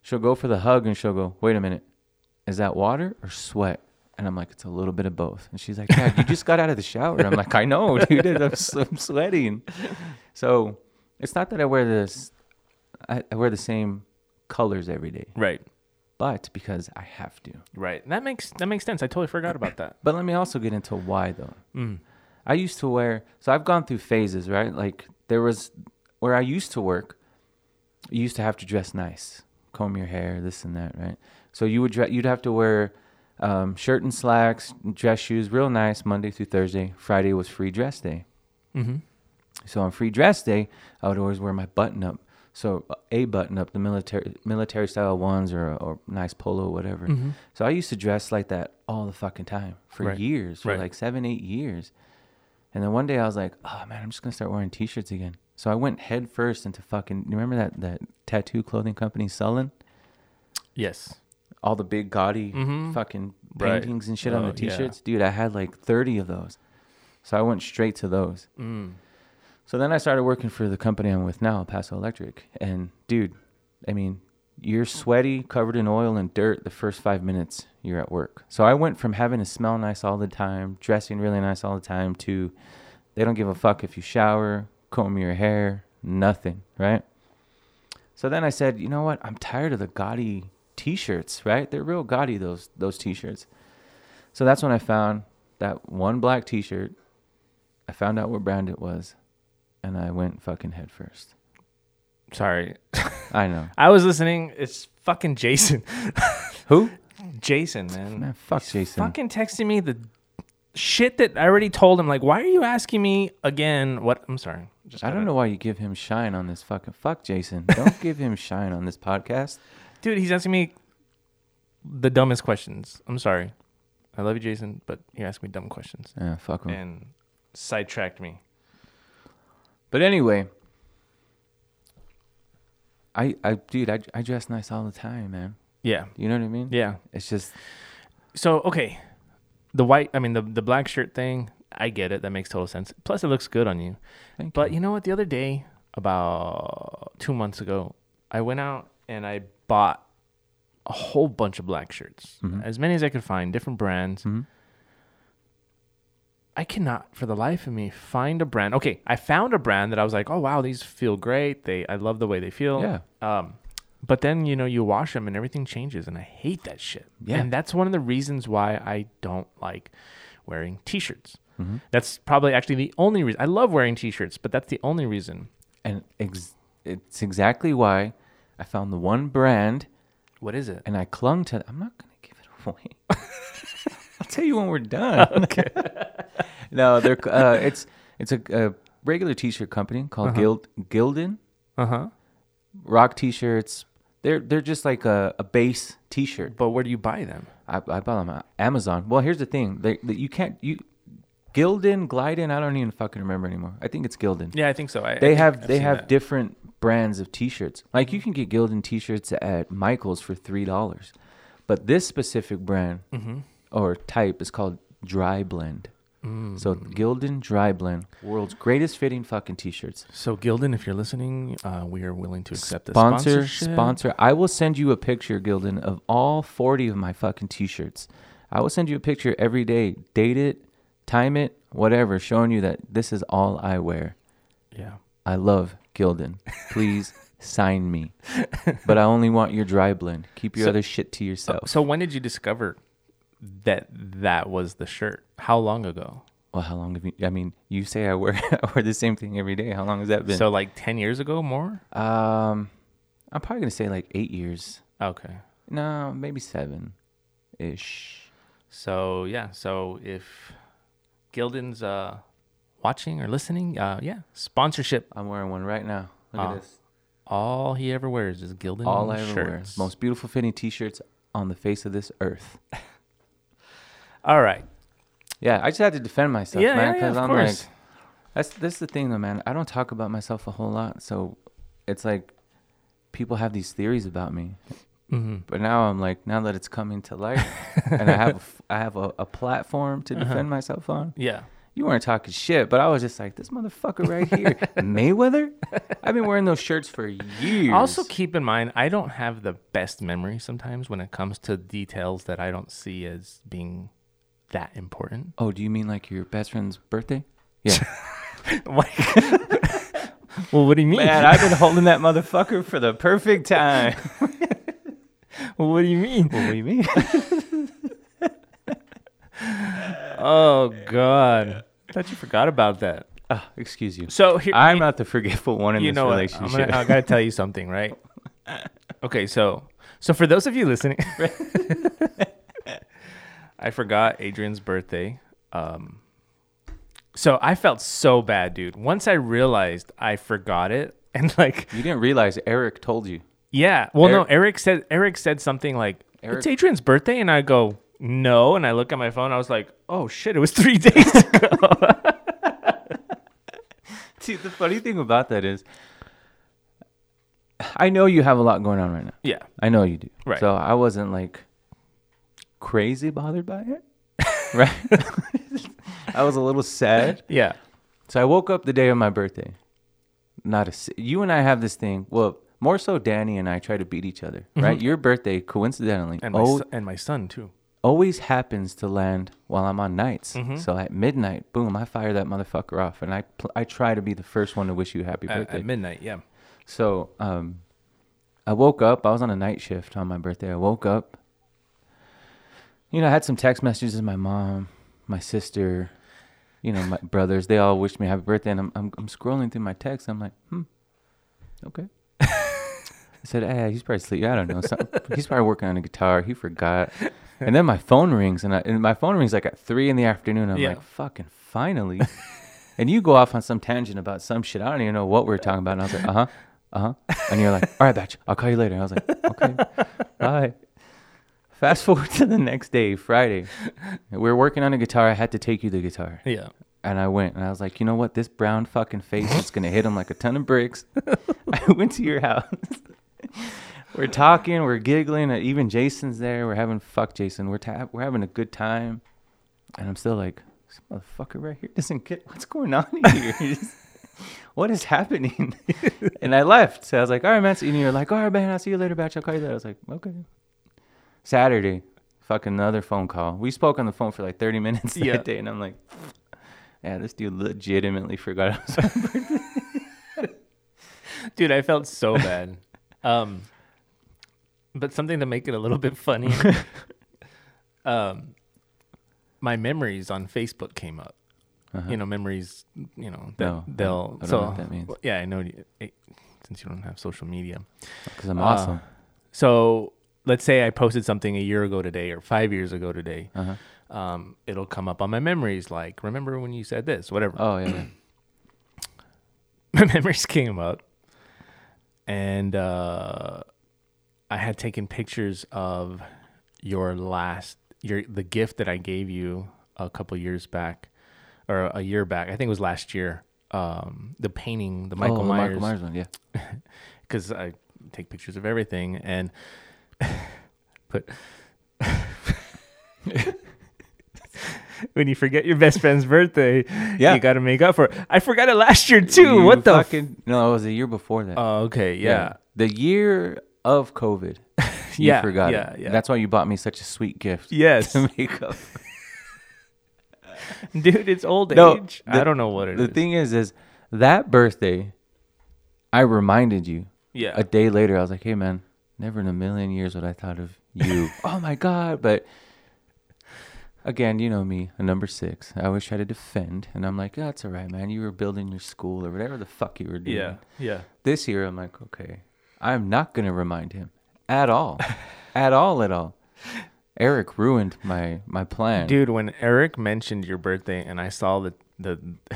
she'll go for the hug and she'll go, "Wait a minute, is that water or sweat?" And I'm like, "It's a little bit of both." And she's like, "Dad, you just got out of the shower." I'm like, "I know, dude. I'm, s- I'm sweating." So it's not that I wear this. I, I wear the same colors every day,
right,
but because I have to.
right. That makes that makes sense. I totally forgot about that.
But let me also get into why though. I used to wear so I've gone through phases, right? Like there was where I used to work, you used to have to dress nice, comb your hair, this and that, right? So you would dre- you'd have to wear um, shirt and slacks, dress shoes, real nice Monday through Thursday. Friday was free dress day. So on free dress day, I would always wear my button up. So uh, a button up, the military military style ones or or nice polo, whatever. So I used to dress like that all the fucking time for
Right.
years, for
Right.
like seven, eight years. And then one day I was like, oh man, I'm just gonna start wearing t-shirts again. So I went head first into fucking. You remember that that tattoo clothing company Sullen?
Yes.
All the big gaudy
Mm-hmm.
fucking
Right.
paintings and shit on
Oh,
the
yeah.
t-shirts, dude. I had like thirty of those, so I went straight to those.
Mm.
So then I started working for the company I'm with now, Paso Electric. And dude, I mean, you're sweaty, covered in oil and dirt the first five minutes you're at work. So I went from having to smell nice all the time, dressing really nice all the time, to they don't give a fuck if you shower, comb your hair, nothing, right? So then I said, you know what? I'm tired of the gaudy t-shirts, right? They're real gaudy those those t-shirts. So that's when I found that one black t-shirt. I found out what brand it was, and I went fucking head first.
Sorry,
I know.
I was listening. It's fucking Jason.
Who?
Jason, man.
Man, fuck Jason.
Fucking texting me the shit that I already told him. Like, why are you asking me again? What? I'm sorry. Just
I
gotta-
don't know why you give him shine on this fucking fuck Jason. Don't give him shine on this podcast.
dude. He's asking me the dumbest questions. I'm sorry. I love you, Jason, but you ask me dumb questions
Yeah, fuck him.
and sidetracked me.
But anyway, I I dude, I I dress nice all the time, man.
Yeah,
You know what I mean?
yeah.
It's just
So okay, the white. I mean, the the black shirt thing. I get it. That makes total sense. Plus, it looks good on you.
Thank
but you know what? The other day, about two months ago, I went out and I bought a whole bunch of black shirts,
Mm-hmm.
as many as I could find, different brands. I cannot, for the life of me, find a brand. Okay, I found a brand that I was like, oh wow, these feel great. They, I love the way they feel.
Yeah.
Um, but then you know you wash them and everything changes, and I hate that shit.
Yeah.
And that's one of the reasons why I don't like wearing t-shirts. That's probably actually the only reason. I love wearing t-shirts, but that's the only reason.
and ex- it's exactly why I found the one brand
What is it?
and I clung to. I'm not gonna give it away. I'll tell you when we're done. okay. no, they're uh, it's it's a, a regular t-shirt company called Guild Gildan
Uh huh.
Rock T-shirts. They're they're just like a, a base T-shirt.
But where do you buy them?
I, I bought them on Amazon. Well, here's the thing: they, that you can't you Gildan Glidden. I don't even fucking remember anymore. I think it's Gildan.
Yeah, I think so. I, I
they
think
have
I've
they
seen
have
that.
different brands of t-shirts like you can get gildan t-shirts at michael's for three dollars but this specific brand
Mm-hmm.
or type is called dry blend so
Mm.
gildan dry blend world's greatest fitting fucking t-shirts
so Gildan, if you're listening, uh, we are willing to accept the
sponsor
sponsorship.
sponsor i will send you a picture gildan of all 40 of my fucking t-shirts i will send you a picture every day date it time it whatever showing you that this is all i wear
Yeah.
I love Gildan. Please sign me. But I only want your dry blend. Keep your
So- Oh.
other shit to yourself.
So when did you discover that that was the shirt? How long ago?
well, how long have you? I mean, you say I wear I wear the same thing every day. How long has that been?
So like ten years ago, more?
um, I'm probably gonna say like eight years.
Okay.
No, maybe seven, ish.
So yeah. So if Gildan's uh, watching or listening, uh, yeah, sponsorship.
I'm wearing one right now. Look
Ah,
at this.
All he ever wears is Gildan
All I
shirts.
ever wear. Most beautiful fitting T-shirts on the face of this earth.
All right.
Yeah, I just had to defend myself,
Yeah,
man.
yeah, yeah, of
I'm
course.
like, that's this is the thing though, man. I don't talk about myself a whole lot, so it's like people have these theories about me.
Mm-hmm.
But now I'm like, now that it's coming to light, and I have a f- I have a, a platform
Uh-huh.
to defend myself on.
Yeah.
You weren't talking shit, but I was just like, this motherfucker right here, Mayweather. I've been wearing those shirts for years.
Also, keep in mind, I don't have the best memory sometimes when it comes to details that I don't see as being that important.
oh, do you mean like your best friend's birthday? Yeah.
well, what do you mean?
Man, I've been holding that motherfucker for the perfect time.
what do you mean?
what do you mean?
Oh God, I thought you forgot about that.
Oh, excuse you.
So here,
I'm not the forgetful one in
you
this
know what? I'm
relationship.
gonna, I gotta tell you something, right? Okay, so so for those of you listening, I forgot Adrian's birthday. Um, so I felt so bad, dude. Once I realized I forgot it, and like,
you didn't realize Eric told you.
yeah, well, no,
Eric-
Eric said Eric said something like,
Eric-
"It's Adrian's birthday," and I go, "No," and I look at my phone. I was like, "Oh shit, it was three days ago."
Dude, the funny thing about that is, I know you have a lot going on right now.
yeah,
I know you do.
Right.
So I wasn't like crazy bothered by it. right. I was a little sad.
yeah.
So I woke up the day of my birthday. Not a. si- You and I have this thing. Well, more so, Danny and I try to beat each other. Right. Your birthday, coincidentally,
Mm-hmm. And my,
oh,
son, and my son too.
always happens to land while I'm on nights. So at midnight, boom, I fire that motherfucker off, and I pl- I try to be the first one to wish you happy
At,
birthday.
at midnight, yeah.
so um, I woke up. I was on a night shift on my birthday. I woke up. You know, I had some text messages with my mom, my sister, you know, my brothers. They all wished me happy birthday, and I'm I'm, I'm scrolling through my texts. I'm like, hmm, okay. I said, "Hey, he's probably sleeping. I don't know. Some- he's probably working on a guitar. He forgot." And then my phone rings, and, I, and my phone rings like at three in the afternoon. I'm
Yeah.
like, "Fucking finally!" and you go off on some tangent about some shit. I don't even know what we are talking about. And I was like, "Uh huh, uh huh," and you're like, "All right, batch, I'll call you later." And I was like, "Okay, bye." Fast forward to the next day, Friday. We were working on a guitar. I had to take you the guitar.
Yeah.
And I went and I was like, you know what? This brown fucking face is gonna hit him like a ton of bricks. I went to your house. we're talking, we're giggling. uh, Even Jason's there. We're having fuck Jason. We're ta- we're having a good time. And I'm still like, this motherfucker right here doesn't get what's going on here. what is happening? and I left. So I was like, all right, man. So, and you're like, all right, man. I'll see you later, batch. I'll call you later. I was like, okay. Saturday, fucking another phone call. We spoke on the phone for like 30 minutes that
Yeah.
day, and I'm like. Yeah, this dude legitimately forgot. I was
Dude, I felt so bad. um, but something to make it a little bit funny. um, my memories on Facebook came up. You know, memories. You know, that
Uh-huh. No, I-
they'll.
I don't know
so
what that means.
yeah, I know. you- eh, Since you don't have social media,
because I'm awesome.
so let's say I posted something a year ago today or five years ago today.
Uh-huh.
Um, it'll come up on my memories, like remember when you said this, whatever.
Oh yeah, yeah.
my memories came up and uh, i had taken pictures of your last your the gift that i gave you a couple years back or a year back i think it was last year um, the painting the michael
oh, the
myers
Michael Myers one. Yeah.
because I take pictures of everything and put. when you forget your best friend's birthday,
Yeah.
you got to make up for it. I forgot it last year too. what the? F-
fucking? no, it was the year before that.
oh, okay, yeah.
The year of COVID. You
Yeah,
forgot
yeah,
it.
yeah.
That's why you bought me such a sweet gift.
Yes,
To make up.
dude, it's old
No,
age.
the-
I don't know what it is.
The thing is, is that birthday, I reminded you.
Yeah.
A day later, I was like, "Hey, man, never in a million years would I thought of you." oh my god! But again, you know me, a number six. I always try to defend, and I'm like, "That's all right, man. You were building your school or whatever the fuck you were doing."
yeah, yeah,
This year, I'm like, "Okay, I'm not gonna remind him at all, at all, at all." Eric ruined my my plan.
Dude, when Eric mentioned your birthday and I saw the the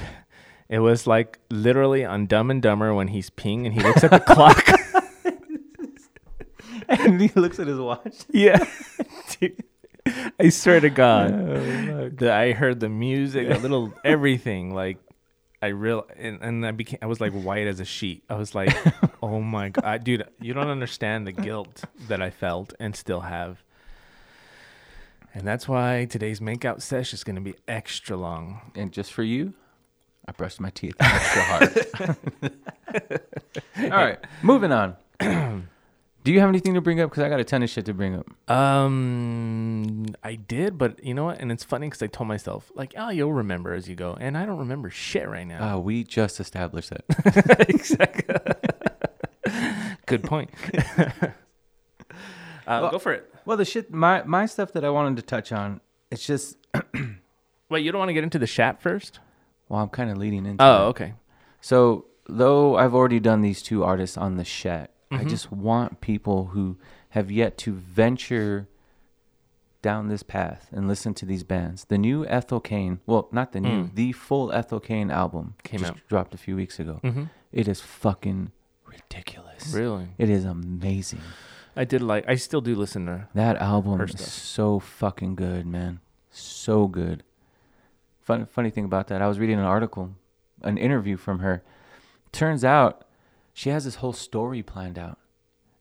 it was like literally on Dumb and Dumber when he's peeing and he looks at the clock.
and he looks at his watch.
Yeah. Dude, I swear to God. that I heard the music, a little everything. Like I real and, and I became I was like white as a sheet. I was like, oh my god, dude, you don't understand the guilt that I felt and still have. And that's why today's makeout sesh is going to be extra long.
And just for you, I brushed my teeth extra hard. All right, moving on. Do you have anything to bring up? Because I got a ton of shit to bring up.
Um, I did, but you know what? And it's funny because I told myself like, oh, you'll remember as you go, and I don't remember shit right now.
Uh, we just established that.
exactly. Good point. uh, go for it.
well, the shit, my my stuff that I wanted to touch on, it's just,
Wait, you don't want to get into the chat first?
well, I'm kind of leading into.
Oh,
it.
okay.
So though I've already done these two artists on the shet,
Mm-hmm.
I just want people who have yet to venture down this path and listen to these bands. The new Ethel Kane, well, not the new, the full Ethel Kane album
Mm. Came
just
out. Mm-hmm.
dropped a few weeks ago. It is fucking ridiculous.
Really?
It is amazing.
I did like. I still do listen to.
That album
Her
is
stuff.
so fucking good, man. So good. Fun funny thing about that, I was reading an article, an interview from her. Turns out she has this whole story planned out.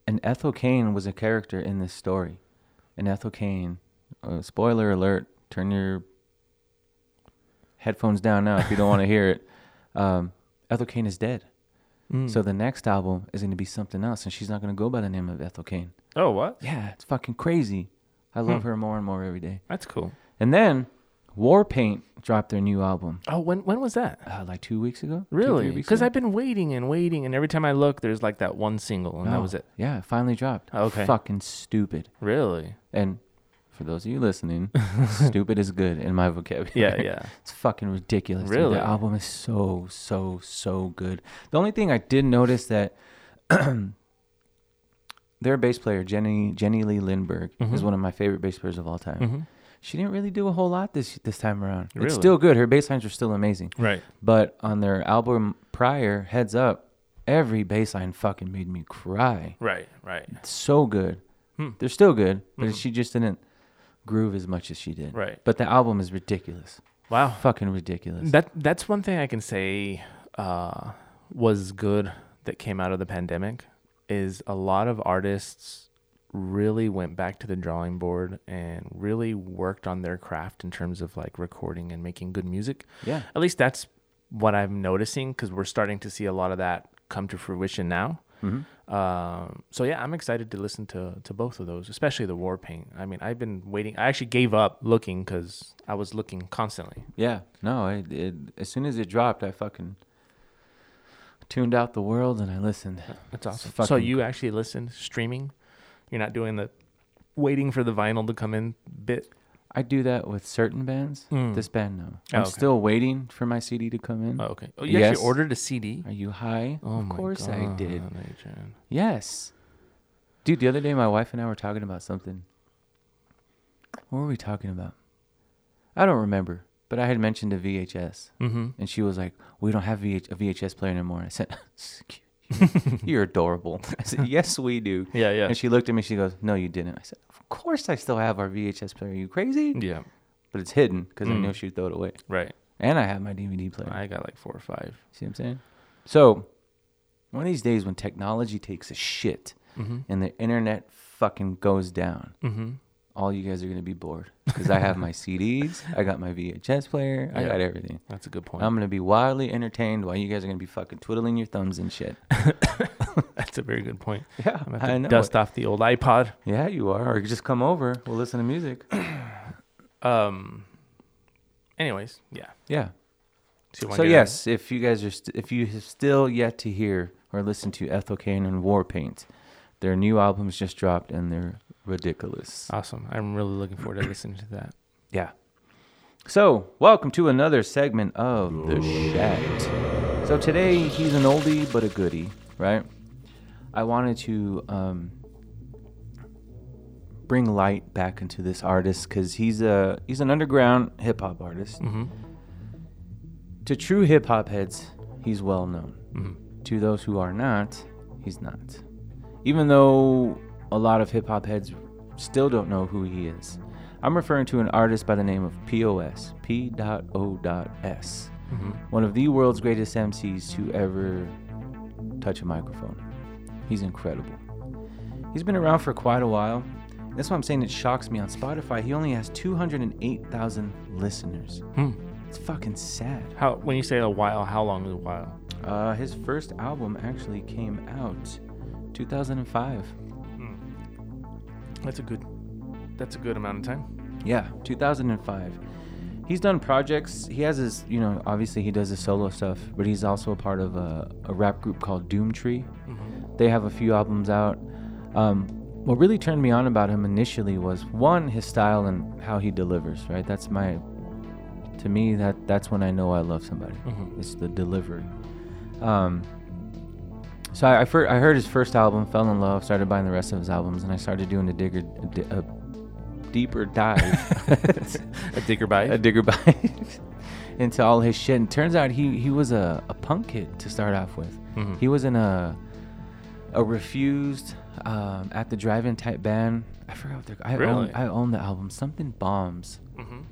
And Ethel Kane was a character in this story. And Ethel Kane, uh, spoiler alert, turn your headphones down now if you don't want to hear it. Um, Ethel Kane is dead.
Hmm.
So the next album is going to be something else. And she's not going to go by the name of Ethel Kane.
Oh, what?
Yeah, it's fucking crazy. I love
Hmm.
her more and more every day.
That's cool.
And then Warpaint dropped their new album
Oh, when when was that?
uh, like two weeks ago. two,
Really?
three weeks
Because
ago.
I've been waiting and waiting, and every time I look, there's like that one single, and that
No.
was it.
Oh, Yeah, it finally dropped.
Oh, okay.
Fucking stupid.
Really?
And for those of you listening, stupid is good in my vocabulary.
Yeah, yeah.
It's fucking ridiculous.
Really?
Dude. The album is so, so, so good. The only thing I did notice that their bass player, Jenny Jenny Lee Lindberg,
Mm-hmm.
is one of my favorite bass players of all time. She didn't really do a whole lot this this time around.
Really?
It's still good. Her bass lines are still amazing.
Right.
But on their album prior, Heads Up, every bass line fucking made me cry.
Right. Right.
It's so good.
Hmm.
They're still good, but she just didn't groove as much as she did.
Mm-hmm. Right.
But the album is ridiculous.
Wow.
Fucking ridiculous.
That that's one thing I can say uh, was good that came out of the pandemic is a lot of artists really went back to the drawing board and really worked on their craft in terms of like recording and making good music.
Yeah.
At least that's what I'm noticing because we're starting to see a lot of that come to fruition now. Um, so yeah, I'm excited to listen to to both of those, especially the War Paint. I mean, I've been waiting. I actually gave up looking because I was looking constantly.
Yeah. No, it, it, as soon as it dropped, I fucking tuned out the world and I listened.
That's
It's
awesome. so
fucking
you actually listen streaming? You're not doing the waiting for the vinyl to come in bit.
I do that with certain bands. This band, no.
Oh,
I'm
okay.
still waiting for my CD to come in.
Oh, okay. Oh, you
Yes.
actually ordered a CD?
Are you high?
Oh
of
my
course I did.
God, Adrian.
Yes. Dude, the other day my wife and I were talking about something. What were we talking about? I don't remember, but I had mentioned a VHS. Mm-hmm. And she was like, We don't have VH- a VHS player anymore. I said, You're adorable. I said, Yes, we do.
Yeah, yeah.
And she looked at me. She goes, No, you didn't. I said, Of course I still have our VHS player. Are you crazy?
Yeah. Mm.
But it's hidden because I know she'd throw it away.
Right.
And I have my DVD player.
I got like four or five.
See what I'm saying? So, one of these days when technology takes a shit
Mm-hmm.
and the internet fucking goes down, all you guys are going to be bored. Because I have my CDs, I got my VHS player, I
Yeah.
got everything.
That's a good point.
I'm going to be wildly entertained while you guys are going to be fucking twiddling your thumbs and shit.
That's a very good point.
Yeah,
I'm gonna have to
I know
dust
it.
off the old iPod.
yeah, you are. Or you just come over, we'll listen to music.
Um. Anyways, yeah.
Yeah.
you wanna get
So
into
yes, if you guys are st- if you have still yet to hear or listen to Ethel Kane and Warpaint, their new albums just dropped and they're ridiculous.
it? Awesome. I'm really looking forward to listening to that.
Yeah. So, welcome to another segment of The Shat. So, today he's an oldie but a goodie, right? I wanted to um, bring light back into this artist because he's a he's an underground hip hop artist.
Mm-hmm.
To true hip hop heads, he's well known.
Mhm.
To those who are not, he's not. Even though a lot of hip hop heads still don't know who he is. I'm referring to an artist by the name of POS, P.O.S,
Mm-hmm.
one of the world's greatest MCs to ever touch a microphone. He's incredible. He's been around for quite a while. That's why I'm saying it shocks me on Spotify. He only has 208,000 listeners.
Hmm.
It's fucking sad.
How when you say a while, how long is a while?
Uh, his first album actually came out 2005.
That's a good. That's a good amount of time.
Yeah, 2005. He's done projects. He has his, you know, obviously he does his solo stuff, but he's also a part of a, a rap group called Doomtree. They have a few albums out. Um, what really turned me on about him initially was one, his style and how he delivers. Right, that's my, to me that that's when I know I love somebody.
Mhm.
It's the delivery. Um, so I, I, fir- I heard his first album, fell in love, started buying the rest of his albums, and I started doing a digger, a, di- uh, a deeper dive,
A digger bite.
a digger bite into all his shit. And turns out he he was a, a punk kid to start off with.
Mhm.
He was in a a refused um, at the drive-in type band. I forgot what they're. I own,
Really?
I own the album. Something bombs.
Mhm.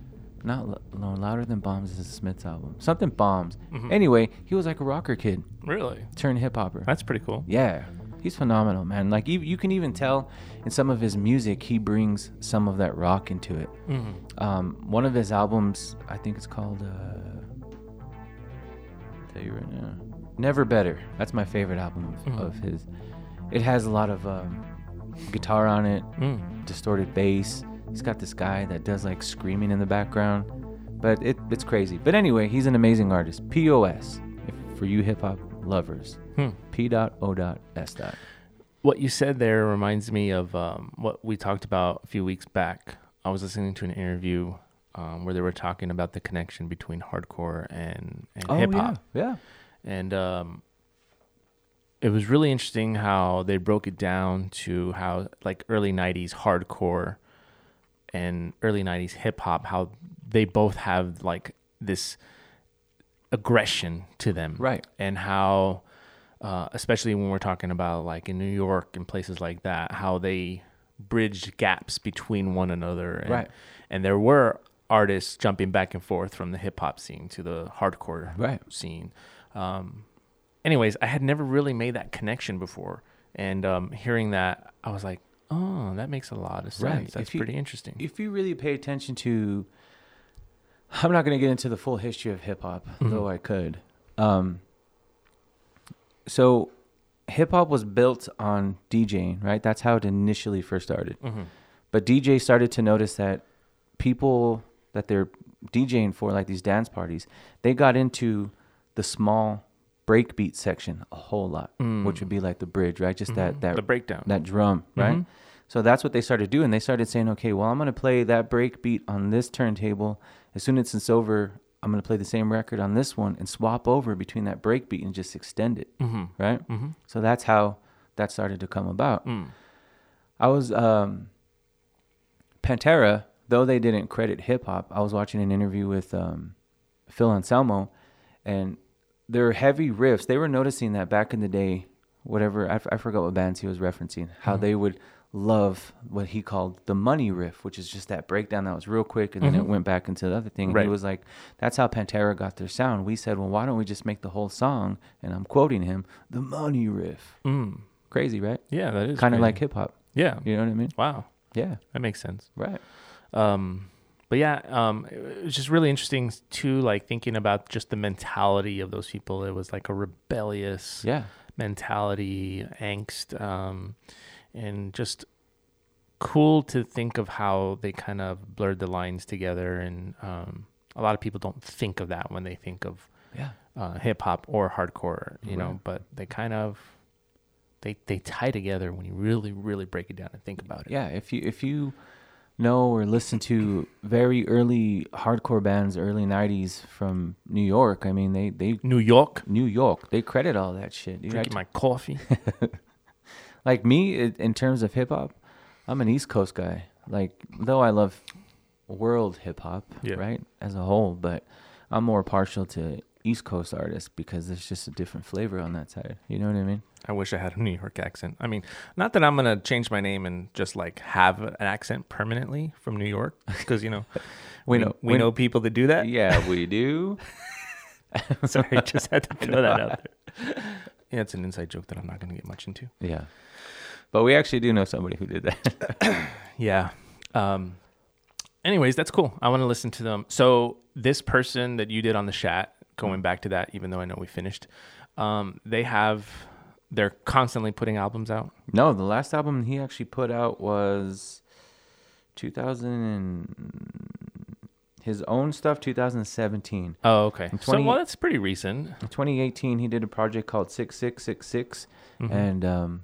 Not Lo- no, louder than bombs is Smith's album. Something bombs.
Mhm.
Anyway, he was like a rocker kid
Really?
turned hip hopper.
That's pretty cool.
Yeah, he's phenomenal, man. Like you, you can even tell in some of his music, he brings some of that rock into it.
Mm-hmm.
Um, one of his albums, I think it's called. Uh, I'll tell you right now, Never Better. That's my favorite album of,
Mhm.
of his. It has a lot of um, guitar on it,
Hmm,
distorted bass. He's got this guy that does like screaming in the background, but it, it's crazy. But anyway, he's an amazing artist. P.O.S. If, for you hip hop lovers.
Hmm.
P dot O dot S dot.
What you said there reminds me of um, what we talked about a few weeks back. I was listening to an interview um, where they were talking about the connection between hardcore and, and hip hop.
Oh, Yeah.
and um, it was really interesting how they broke it down to how like early '90s hardcore and early '90s hip hop, how they both have like this aggression to them,
Right.
And how, uh, especially when we're talking about like in New York and places like that, how they bridged gaps between one another, and,
Right.
And there were artists jumping back and forth from the hip hop scene to the hardcore
Right.
scene. Um, anyways, I had never really made that connection before, and um, hearing that, I was like, "Oh, that makes a lot of sense.
Right.
That's
If you-
pretty interesting."
If you really pay attention to, I'm not going to get into the full history of hip hop, though I could. Um, so, hip hop was built on DJing, right? That's how it initially first started.
Mhm.
But DJ started to notice that people that they're DJing for, like these dance parties, they got into the small breakbeat section a whole lot, which would be like the bridge, right? Just that that
The breakdown.
that drum, right? So that's what they started doing. They started saying, okay, well, I'm gonna play that break beat on this turntable. As soon as it's over, I'm gonna play the same record on this one and swap over between that break beat and just extend it, right? So that's how that started to come about. I was um, Pantera, though they didn't credit hip hop. I was watching an interview with um, Phil Anselmo, and their heavy riffs. They were noticing that back in the day, whatever I, f- I forgot what bands he was referencing, how
Mm-hmm.
they would love what he called the money riff, which is just that breakdown that was real quick, and then it went back into the other thing. And
Mm-hmm. Right.
He was like, "That's how Pantera got their sound." We said, "Well, why don't we just make the whole song?" And I'm quoting him, "The money riff."
Mm.
Crazy, right?
Yeah, that is
Kind of
crazy.
like hip hop.
yeah.
You know what I mean?
Wow,
Yeah.
that makes sense.
Right.
Um, but yeah, um, it was just really interesting too. Like thinking about just the mentality of those people. It was like a rebellious
Yeah.
mentality, angst, um, and just cool to think of how they kind of blurred the lines together. And um, a lot of people don't think of that when they think of
Yeah.
uh, hip hop or hardcore, you know.
Right.
But they kind of they they tie together when you really really break it down and think about it.
Yeah. If you if you know or listen to very early hardcore bands, early '90s from New York, I mean, they they
New York,
New York, they credit all that shit. dude. I-
drinking my coffee.
like me, it, in terms of hip hop, I'm an East Coast guy. Like, though I love world hip hop,
Yeah.
right, as a whole, but I'm more partial to East Coast artists because there's just a different flavor on that side. You know what I mean?
I wish I had a New York accent. I mean, not that I'm gonna change my name and just like have an accent permanently from New York, because you know,
We know-
we,
we-
know people that do that.
Yeah, we do.
Sorry, just had to throw that out there. Yeah, it's an inside joke that I'm not gonna get much into.
Yeah. But we actually do know somebody who did that.
Yeah. Um, anyways, that's cool. I want to listen to them. So this person that you did on the chat, going back to that, even though I know we finished, um, they have they're constantly putting albums out.
no, the last album he actually put out was 2000 and his own stuff 2017.
Oh, okay. So
20
well, that's pretty recent.
In 2018 he did a project called 6666
Mm-hmm.
and um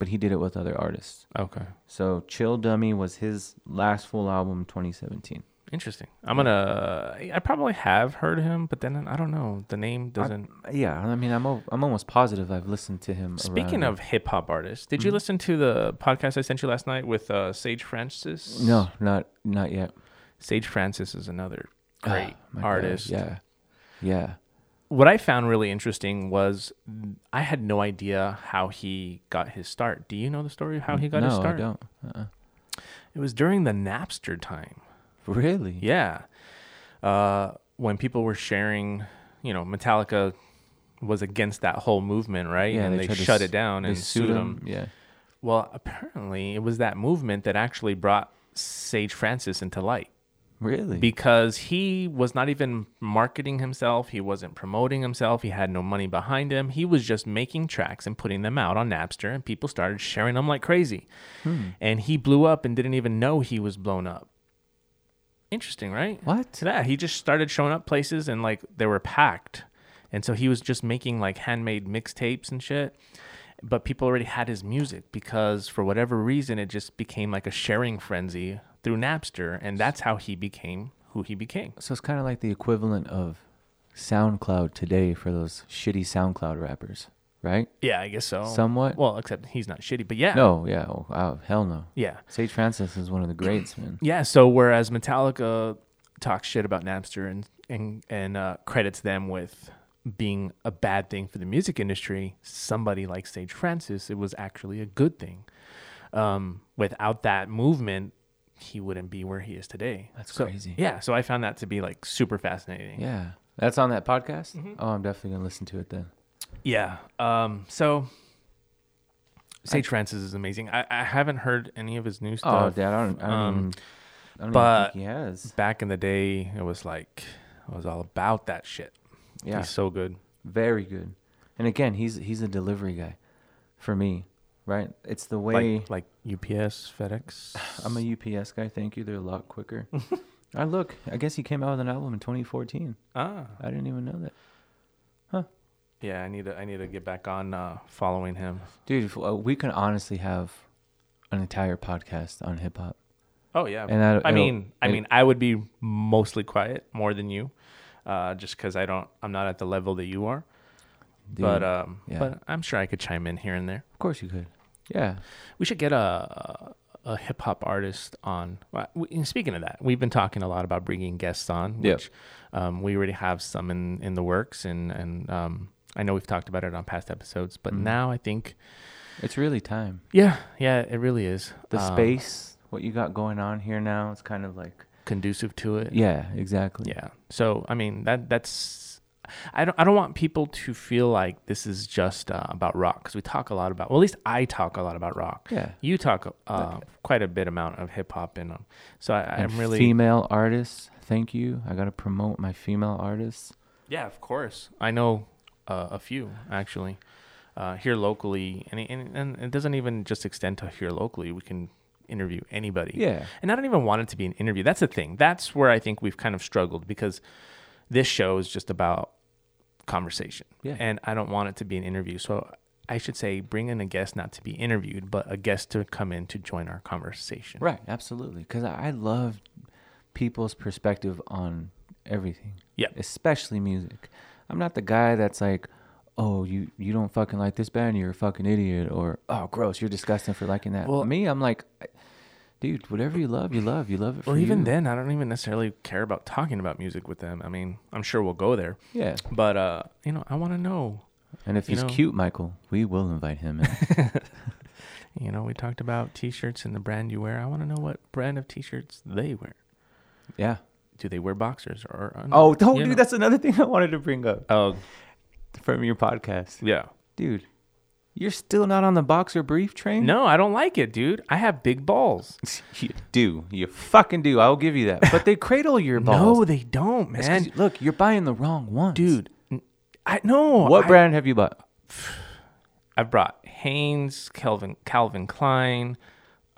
but he did it with other artists.
Okay.
So Chill Dummy was his last full album 2017.
Interesting. I'm gonna. I probably have heard him, but then I don't know. The name doesn't.
Yeah, I mean I'm al- I'm almost positive I've listened to him
Speaking
around- Mm-hmm.
of hip hop artists, did you listen to the podcast I sent you last night with uh, Sage Francis?
No, not not yet.
Sage Francis is another great
Ah, My God,
artist.
Yeah. Yeah.
what I found really interesting was I had no idea how he got his start. Do you know the story of how he got
no,
his start?
I don't. Uh-uh.
It was during the Napster time.
Really?
Yeah. Uh, when people were sharing, you know, Metallica was against that whole movement, right? and they,
tried to
shut
s-
it down
they
and sued
him.
them.
Yeah.
Well, apparently it was that movement that actually brought Sage Francis into light.
Really?
because he was not even marketing himself. He wasn't promoting himself. He had no money behind him. He was just making tracks and putting them out on Napster, and people started sharing them like crazy.
Hmm.
And he blew up and didn't even know he was blown up. Interesting, right?
What?
Yeah, he just started showing up places and like they were packed. And so he was just making like handmade mixtapes and shit. But people already had his music because for whatever reason it just became like a sharing frenzy through Napster and that's how he became who he became.
so it's kind of like the equivalent of SoundCloud today for those shitty SoundCloud rappers, right?
Yeah, I guess so.
Somewhat.
Oh, Well, except he's not shitty, but yeah.
No, yeah. Oh, wow, hell no.
Yeah.
Sage Francis is one of the greats, man.
Yeah, so whereas Metallica talks shit about Napster and and and uh, credits them with being a bad thing for the music industry, somebody like Sage Francis, it was actually a good thing. Um, without that movement, he wouldn't be where he is today.
That's
So-
crazy.
Yeah, so I found that to be like super fascinating.
Yeah. That's on that podcast?
Mm-hmm.
Oh, I'm definitely going to listen to it then.
Yeah. Um, so Sage Francis is amazing. I, I haven't heard any of his new stuff.
Oh, Dad, I don't, I don't,
Um,
even, I don't
but-
even think he has.
Back in the day, it was like it was all about that shit.
Yeah.
He's so good.
Very good. And again, he's he's a delivery guy for me, right? It's the way.
Like, like UPS, FedEx.
I'm a UPS guy. Thank you. They're a lot quicker. I look. I guess he came out with an album in 2014.
ah.
I didn't even know that,
Yeah, I need to I need to get back on uh, following him.
dude. If, uh, we can honestly have an entire podcast on hip hop.
Oh yeah.
And I-
I,
it'll-
mean, I
it-
mean, I would be mostly quiet more than you, uh, just because I don't I'm not at the level that you are. But
Dude,
um,
yeah.
but I'm sure I could chime in here and there.
Of course you could. Yeah,
We should get a a hip hop artist on. well, we- and Speaking of that, we've been talking a lot about bringing guests on,
Yeah.
which um, we already have some in, in the works, and and um, I know we've talked about it on past episodes,
Mm-hmm.
but now I think,
it's really time.
yeah, yeah, it really is
The
um,
space, what you got going on here now, it's kind of like.
conducive to it.
Yeah, exactly.
Yeah. So I mean that that's I don't I don't want people to feel like this is just uh, about rock because we talk a lot about well at least I talk a lot about rock.
Yeah.
You talk uh, quite a bit amount of hip hop and um, so I,
And
I'm really
female artists. Thank you. I gotta promote my female artists.
yeah of course I know uh, a few actually uh, here locally and, and and it doesn't even just extend to here locally we can interview anybody
Yeah.
And I don't even want it to be an interview. That's the thing. That's where I think we've kind of struggled because this show is just about conversation.
Yeah.
And I don't want it to be an interview. So I should say bring in a guest not to be interviewed, but a guest to come in to join our conversation.
Right, absolutely. Because I I love people's perspective on everything.
Yeah.
Especially music. I'm not the guy that's like, oh, you, you don't fucking like this band, you're a fucking idiot, or oh, gross, you're disgusting for liking that.
Well-
me, I'm like, I- dude, whatever you love, you love. You love it for
Or even
you.
then, I don't even necessarily care about talking about music with them. I mean, I'm sure we'll go there,
Yeah.
but uh, you know, I want to know.
And if
You
he's
know-
cute, Michael, we will invite him in.
You know, we talked about t-shirts and the brand you wear. I want to know what brand of t-shirts they wear.
yeah.
Do they wear boxers or? under-
Oh, don't,
you
dude,
know?
that's another thing I wanted to bring up
Oh,
from your podcast.
yeah.
Dude, you're still not on the boxer brief train?
No, I don't like it, dude. I have big balls.
You do. You fucking do. I will give you that. But they cradle your balls.
No, they don't,
It's 'cause
man.
you- look, you're buying the wrong ones.
Dude, n- I no.
What
I-
brand have you bought?
I've brought Hanes, Calvin, Calvin Klein.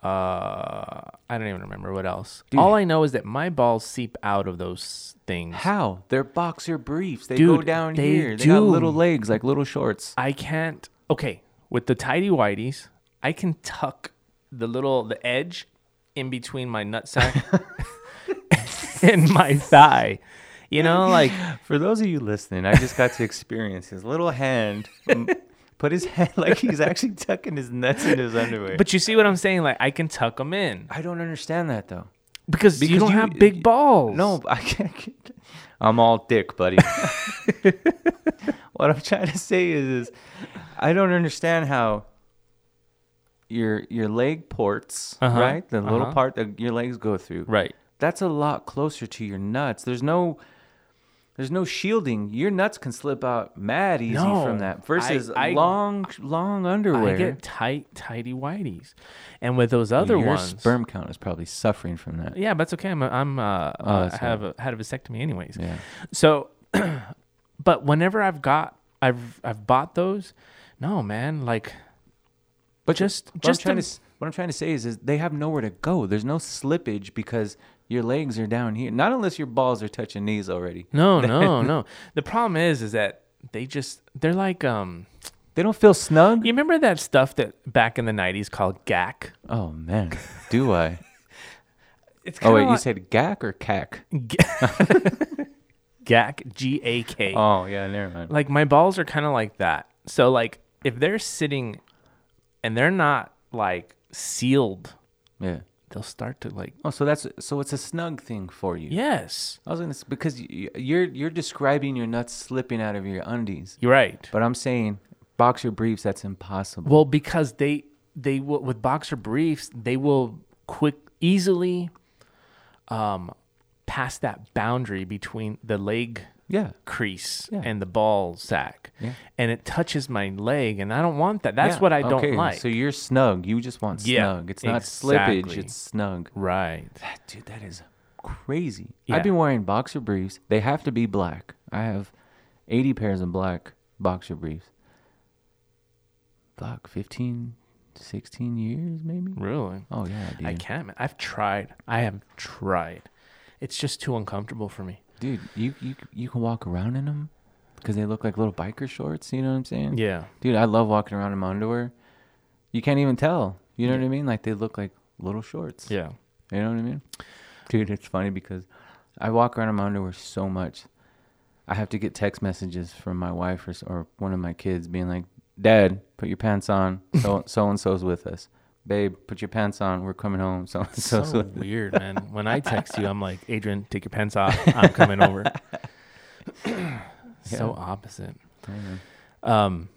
Uh, I don't even remember what else. All I know is that my balls seep out of those things.
How? They're boxer briefs. They go
Dude,
down
they
here. They got
do.
little legs like little shorts.
I can't. Okay, with the tidy whities, I can tuck the little the edge in between my nutsack and my thigh. You know, like
For those of you listening, I just got to experience his little hand m- put his hand like he's actually tucking his nuts in his underwear.
But you see what I'm saying? Like I can tuck them in
I don't understand that though.
because, you
Because
don't
you-
have big balls.
No, I can't get I'm all dick, buddy. what I'm trying to say is, is I don't understand how your your leg ports,
Uh-huh,
right? The little
uh-huh.
part that your legs go through.
right?
That's a lot closer to your nuts. There's no there's no shielding. Your nuts can slip out mad easy
No,
from that versus
I- I-
long long underwear.
I get tight, tidy whities, and with those other
your
ones,
sperm count is probably suffering from that.
yeah, but it's okay. I'm, I'm uh, I
Oh, that's
have a, had a vasectomy anyways.
Yeah.
So, but whenever I've got, I've I've bought those. No, man, like
But
Just-
what
just
I'm trying
the-
to s- what I'm trying to say is, is they have nowhere to go. There's no slippage because your legs are down here. Not unless your balls are touching knees already.
no, no, no. The problem is, is that they just they're like um.
They don't feel snug.
You remember that stuff that back in the '90s called gack?
Oh man, do I?
It's
oh
kinda
wait, you
like-
said gack or cack?
gack, G A K.
Oh yeah, never mind.
like my balls are kind of like that. So like if they're sitting and they're not like sealed,
Yeah.
they'll start to like
Oh, so that's so it's a snug thing for you.
yes.
I was gonna s- because y- you're you're describing your nuts slipping out of your undies,
You're right.
but I'm saying boxer briefs. That's impossible.
Well, because they they will with boxer briefs, they will quick easily um pass that boundary between the leg
Yeah.
crease
Yeah.
and the ball sack.
Yeah.
And it touches my leg and I don't want that. That's
Yeah,
what I don't
okay,
like.
So you're snug. You just want
Yeah,
snug. It's not slippage.
exactly.
It's snug.
right.
That dude, that is crazy.
Yeah.
I've been wearing boxer briefs. They have to be black. I have 80 pairs of black boxer briefs. Fuck, 15, 16 years maybe?
Really?
Oh yeah, dude.
I can't. Man. I've tried. I have tried. It's just too uncomfortable for me.
Dude, you you you can walk around in them because they look like little biker shorts, you know what I'm saying?
Yeah.
Dude, I love walking around in my underwear. You can't even tell. You know what I mean? Like they look like little shorts.
Yeah.
You know what I mean? Dude, it's funny because I walk around in my underwear so much. I have to get text messages from my wife or, s- or one of my kids being like, Dad, put your pants on. So so and so's with us. Babe, put your pants on. We're coming home. So and
So,
so's with
weird, man. When I text you, I'm like, Adrian, take your pants off. I'm coming over. So opposite. Um.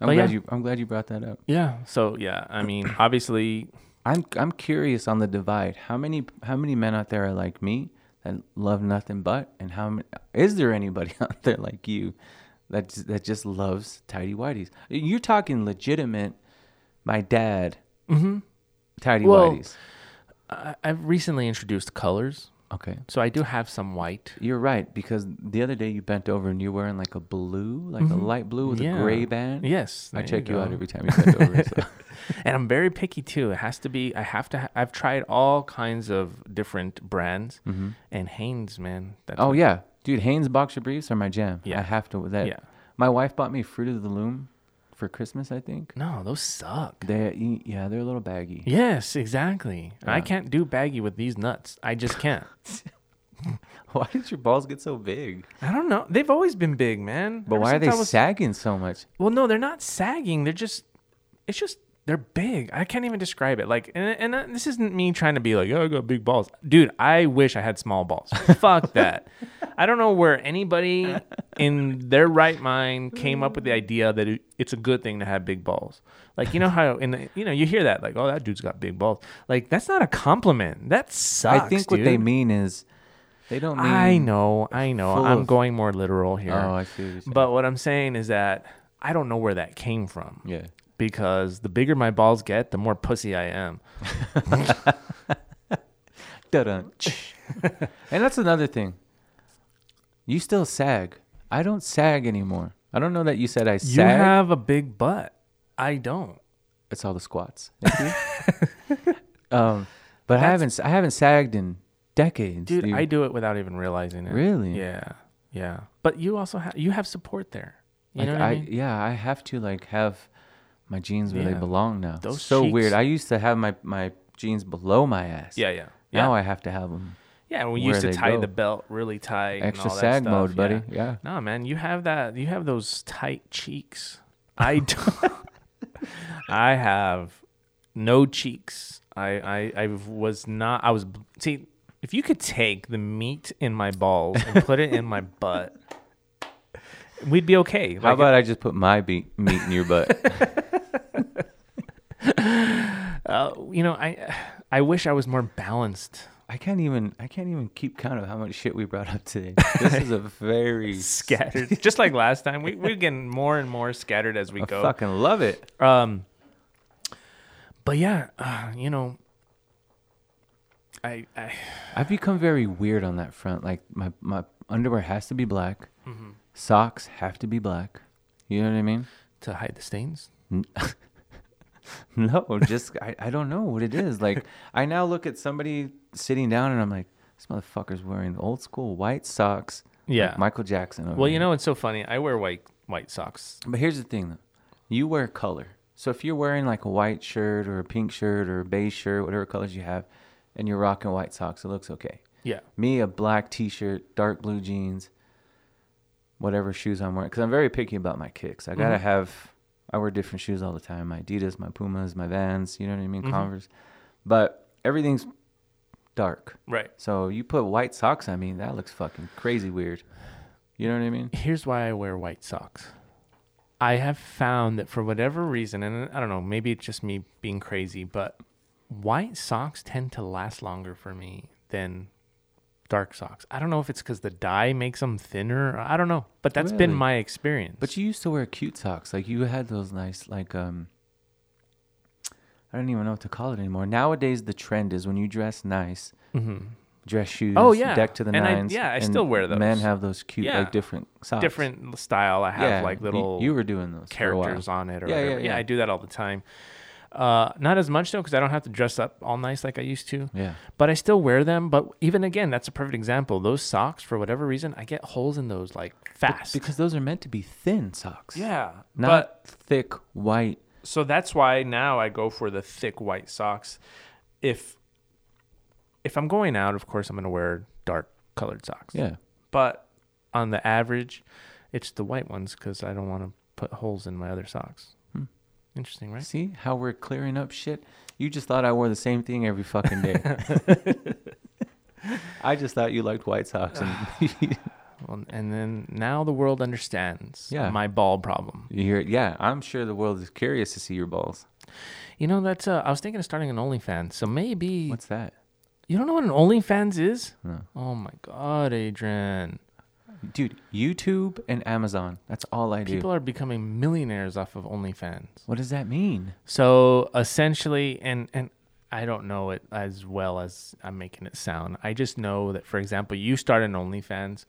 I'm
But
glad
yeah.
you I'm glad you brought that up.
Yeah. So yeah. I mean, obviously,
I'm I'm curious on the divide. How many how many men out there are like me that love nothing but, and how many, is there anybody out there like you that j- that just loves tidy whities? You're talking legitimate. My dad, tidy
Mm-hmm. Well-
whities.
I, I've recently introduced colors,
Okay,
so I do have some white.
you're right because the other day you bent over and you're wearing like a blue, like a light blue with
Mm-hmm. Yeah.
a gray band.
Yes.
I
there
check you, out
go.
every time you bent over. So.
and I'm very picky too. It has to be. I have to. Ha- I've tried all kinds of different brands, and Hanes, man. That's
Mm-hmm. Oh yeah, dude, Hanes boxer briefs are my jam.
Yeah.
I have to that.
Yeah.
My wife bought me Fruit of the Loom for Christmas, I think.
No, those suck.
They e, yeah, they're a little baggy.
Yes, exactly. I can't do baggy with these nuts. I just can't.
Why did your balls get so big?
I don't know. They've always been big, man.
But
Ever
why are
since
they
I was-
sagging so much?
well, no, they're not sagging. They're just. It's just they're big. I can't even describe it. Like, and, and uh, this isn't me trying to be like, oh, I got big balls, dude. I wish I had small balls. Fuck that. I don't know where anybody in their right mind came up with the idea that it, it's a good thing to have big balls. Like, you know how, and you know, you hear that, like, oh, that dude's got big balls. Like, that's not a compliment. That sucks.
I think what
dude.
they mean is they don't mean.
I know, I know.
full
I'm
of-
going more literal here.
Oh, I see. What you're saying.
But what I'm saying is that I don't know where that came from.
yeah,
Because the bigger my balls get, the more pussy I am.
Dun-dun. and that's another thing. You still sag. I don't sag anymore. I don't know that you said I sag.
You have a big butt. I don't.
it's all the squats. Thank you. um, but I haven't I haven't sagged in decades,
Dude,
dude.
I do it without even realizing it.
Really?
Yeah. Yeah. But you also have you have support there. You
Like,
know what
I,
I, mean?
yeah, I have to like have my jeans where they
Yeah.
belong now.
Those
so
cheeks.
weird. I used to have my my jeans below my ass.
Yeah, yeah. Yeah.
Now I have to have them.
yeah, we
where
used to
they
tie
go.
the belt really tight.
Extra
and all that
sag
stuff.
mode, buddy. Yeah.
No, man, you have that you have those tight cheeks. I don't I have no cheeks. I, I I was not I was see if you could take the meat in my balls and put it in my butt, we'd be okay.
How
Like,
about I just put my beat, meat in your butt?
uh, you know, I I wish I was more balanced.
I can't even I can't even keep count of how much shit we brought up today. This is a very
scattered. Just like last time, we we're getting more and more scattered as we
I
go.
fucking love it.
Um, but yeah, uh, you know, I, I
I've become very weird on that front. Like my my underwear has to be black. Socks have to be black. You know what I mean?
to hide the stains.
No, just I, I don't know what it is. Like I now look at somebody sitting down and I'm like, this motherfucker's wearing old school white socks. like
Yeah.
Michael Jackson. Over
Well, you
here."
know, it's so funny. I wear white white socks.
But here's the thing though. You wear color. So if you're wearing like a white shirt or a pink shirt or a beige shirt, whatever colors you have, and you're rocking white socks, it looks okay.
Yeah,
Me, a black t shirt, dark blue jeans, whatever shoes I'm wearing. Because I'm very picky about my kicks. I got to have, I wear different shoes all the time my Adidas, my Pumas, my Vans, you know what I mean? Converse. But everything's dark.
right.
So you put white socks on me, that looks fucking crazy weird. You know what I mean?
Here's why I wear white socks. I have found that for whatever reason, and I don't know, maybe it's just me being crazy, but white socks tend to last longer for me than dark socks. I don't know if it's because the dye makes them thinner. I don't know, but that's been
Really?
my experience.
But you used to wear cute socks. Like you had those nice, like, um, I don't even know what to call it anymore. Nowadays, the trend is when you dress nice, dress shoes,
Mm-hmm. Oh, yeah.
deck to the
And I-
nines.
yeah, I
and
still wear those.
Men have those cute,
Yeah.
like, different socks.
different style. I have
yeah,
like
you-
little
You, were doing those for a while.
characters on it or
Yeah, yeah,
whatever. Yeah,
yeah.
I do that all the time. Uh, not as much though, because I don't have to dress up all nice like I used to.
Yeah.
But I still wear them. But even again, that's a perfect example. Those socks, for whatever reason, I get holes in those like fast.
Because those are meant to be thin socks.
yeah. but
Not thick white.
so that's why now I go for the thick white socks. If if I'm going out, of course I'm gonna wear dark colored socks.
Yeah.
But on the average, it's the white ones because I don't want to put holes in my other socks.
Hmm.
Interesting, right?
See how we're clearing up shit? You just thought I wore the same thing every fucking day. I just thought you liked white socks and
Well, and then now the world understands
Yeah.
my ball problem.
You hear it? Yeah, I'm sure the world is curious to see your balls.
You know, that's uh, I was thinking of starting an OnlyFans. So maybe
What's that?
you don't know what an OnlyFans is? Oh my God, Adrian!
Dude, YouTube and Amazon. That's all I do.
People are becoming millionaires off of OnlyFans.
what does that mean?
So essentially, and and I don't know it as well as I'm making it sound. I just know that, for example, you start an OnlyFans.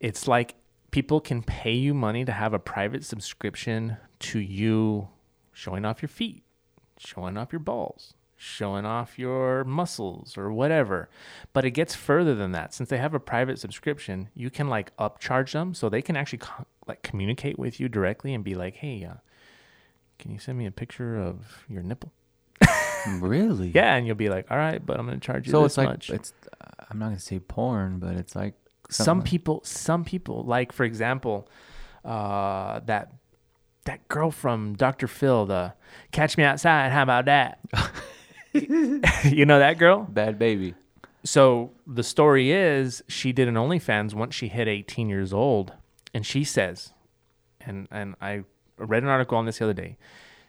It's like people can pay you money to have a private subscription to you showing off your feet, showing off your balls, showing off your muscles or whatever. But it gets further than that. Since they have a private subscription, you can like upcharge them so they can actually co- like communicate with you directly and be like, "Hey, uh, can you send me a picture of your nipple?
really?
Yeah, and you'll be like, all right, but I'm gonna charge you
So
this
it's like
much.
it's. uh, I'm not gonna say porn, but it's like
some
something
people, some people, like for example, uh, that that girl from Dr. Phil, the Catch Me Outside, how about that? you know that girl?
Bad baby.
So the story is she did an OnlyFans once she hit 18 years old, and she says, and and I read an article on this the other day.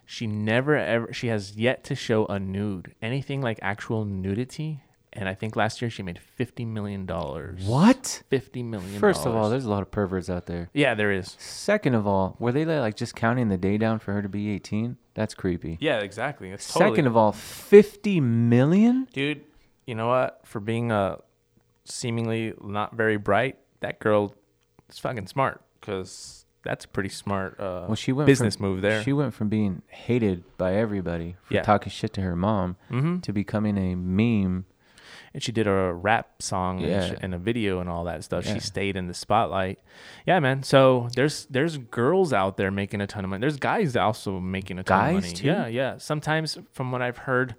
She never ever she has yet to show a nude, anything like actual nudity. And I think last year she made fifty million dollars.
What?
Fifty million.
First of all, there's a lot of perverts out there.
yeah, there is.
Second of all, were they like just counting the day down for her to be 18? That's creepy.
Yeah, exactly. That's
Second of all, 50 million?
dude, you know what? For being uh, seemingly not very bright, that girl is fucking smart. Cause that's a pretty smart uh,
Well, she went
business
from,
move there.
She went from being hated by everybody for
Yeah. Mm-hmm.
talking shit to her mom to becoming a meme.
and she did a rap song and, sh-
Yeah.
and a video and all that stuff.
Yeah.
She stayed in the spotlight. Yeah, man. So there's there's girls out there making a ton of money. There's guys also making a ton of
Guys,
money.
too?
Yeah, yeah. Sometimes from what I've heard,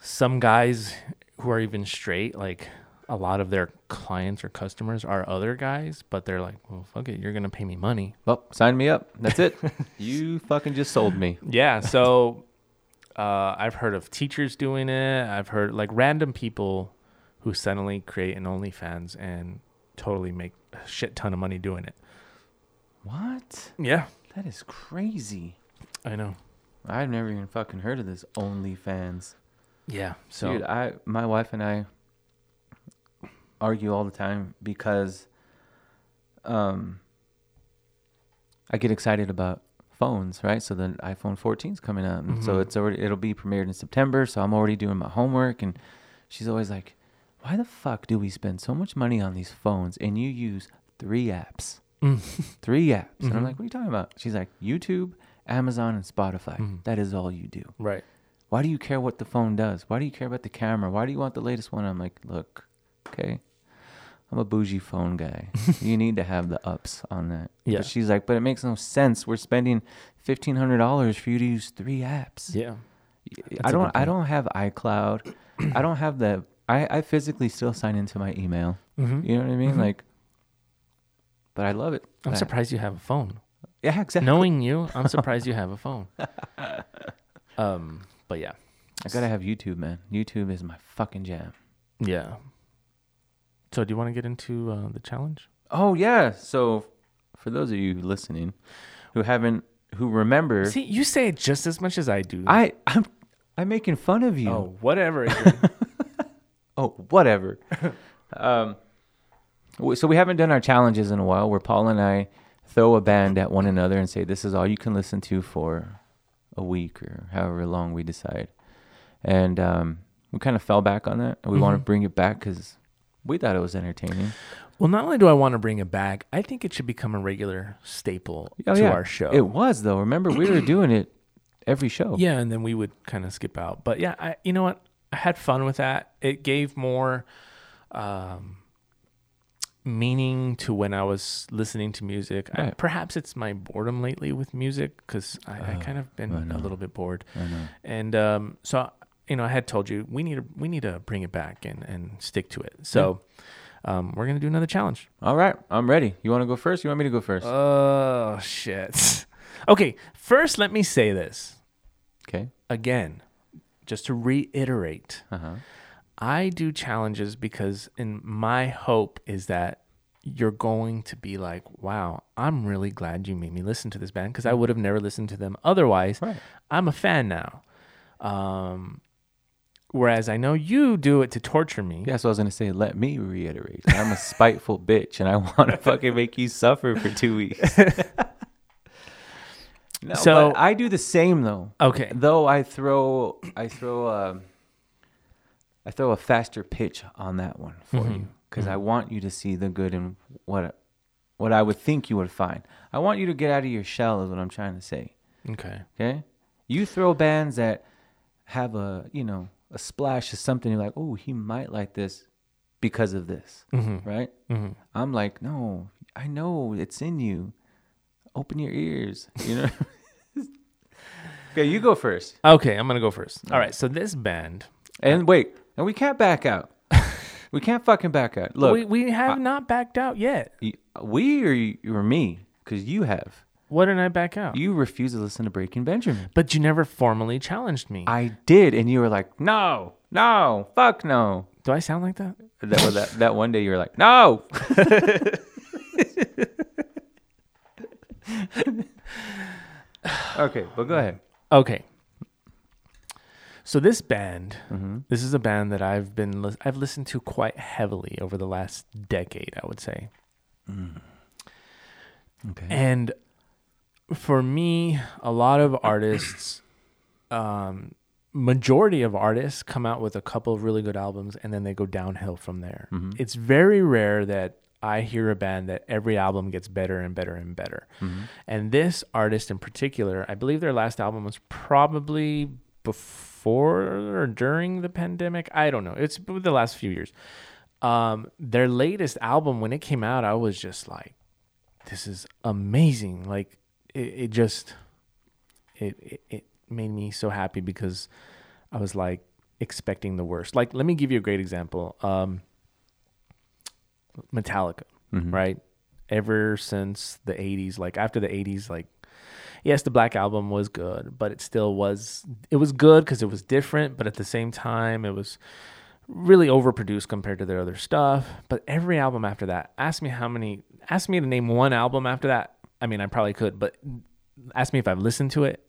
some guys who are even straight, like a lot of their clients or customers are other guys, but they're like, well, fuck it, you're gonna pay me money.
Well, sign me up. That's it. you fucking just sold me.
Yeah. So uh, I've heard of teachers doing it. I've heard like random people who suddenly create an OnlyFans and totally make a shit ton of money doing it.
What?
Yeah.
That is crazy.
I know.
I've never even fucking heard of this OnlyFans.
Yeah. So
Dude, I my wife and I argue all the time because um I get excited about phones, right? So the iPhone 14's coming out. And so it's already it'll be premiered in September, so I'm already doing my homework and she's always like, "Why the fuck do we spend so much money on these phones and you use three apps?"
Mm.
three apps. And I'm like, "What are you talking about?" She's like, "YouTube, Amazon, and Spotify. That is all you do."
right.
why do you care what the phone does? Why do you care about the camera? Why do you want the latest one? I'm like, look, okay, I'm a bougie phone guy. you need to have the ups on that.
Yeah.
But she's like, but it makes no sense. We're spending fifteen hundred dollars for you to use three apps.
Yeah.
I
a
don't.
good
I don't have iCloud. I don't have the. I, I physically still sign into my email. You know what I mean? Like, but I love it.
Mm-hmm. I'm
I-
surprised you have a phone.
Yeah, exactly.
Knowing you, I'm surprised you have a phone. Um. But yeah.
I gotta have YouTube, man. YouTube is my fucking jam.
Yeah. So do you want to get into uh, the challenge?
Oh yeah. So for those of you listening who haven't who remember
See, you say it just as much as I do.
I I'm I'm making fun of you.
oh whatever.
Oh, whatever. um w- so we haven't done our challenges in a while where Paul and I throw a band at one another and say this is all you can listen to for a week or however long we decide. And um we kind of fell back on that and we
Mm-hmm.
want to bring it back cuz we thought it was entertaining.
Well, not only do I want to bring it back, I think it should become a regular staple
Oh,
to
yeah.
our show.
It was though. Remember we were doing it every show.
yeah, and then we would kind of skip out. But yeah, I, you know what? I had fun with that. It gave more um, meaning to when I was listening to music. I,
Right.
perhaps it's my boredom lately with music because I, I kind of been
Oh, I know.
a little bit bored.
I know.
And um, so, you know, I had told you we need to we need to bring it back and and stick to it. So, um, we're gonna do another challenge.
All right, I'm ready. You want to go first? You want me to go first?
Oh shit. Okay, first let me say this
okay.
again, just to reiterate.
Uh-huh.
I do challenges because in my hope is that you're going to be like, "Wow, I'm really glad you made me listen to this band because I would have never listened to them otherwise."
Mm-hmm. Right.
I'm a fan now. Um whereas I know you do it to torture me.
Yeah, so I was gonna say, let me reiterate. I'm a spiteful bitch, and I want to fucking make you suffer for two weeks. no,
So-
but I do the same though.
Okay.
Though I throw, I throw, um, I throw a faster pitch on that one for you because I want you to see the good in what, what I would think you would find. I want you to get out of your shell is what I'm trying to say.
Okay.
Okay, you throw bands that have a you know a splash of something. You're like, oh, he might like this because of this, right? I'm like, no, I know it's in you. Open your ears, you know. okay, you go first.
Okay, I'm going to go first. All right, so this band
And wait, and we can't back out. we can't fucking back out. Look,
we, we have not backed out yet.
y- we or you or me, because you have.
Why didn't I back out?
You refused to listen to Breaking Benjamin.
but you never formally challenged me.
I did, and you were like, no, no, fuck no.
Do I sound like that?
That was that, that one day you were like, no. okay, well, go ahead.
Okay. So this band,
Mm-hmm.
this is a band that I've been lis- I've listened to quite heavily over the last decade, I would say.
Mm. Okay.
And for me, a lot of artists, um, majority of artists come out with a couple of really good albums and then they go downhill from there. It's very rare that I hear a band that every album gets better and better and better. And this artist in particular, I believe their last album was probably before or during the pandemic. I don't know. It's the last few years. Um, their latest album, when it came out, I was just like, this is amazing. Like it, it just it, it it made me so happy because I was like expecting the worst. Like let me give you a great example. Um Metallica, right? Ever since the 80s, like after the 80s like yes, the Black Album was good, but it still was it was good cuz it was different, but at the same time it was really overproduced compared to their other stuff. But every album after that, ask me how many, ask me to name one album after that. I mean, I probably could, but ask me if I've listened to it.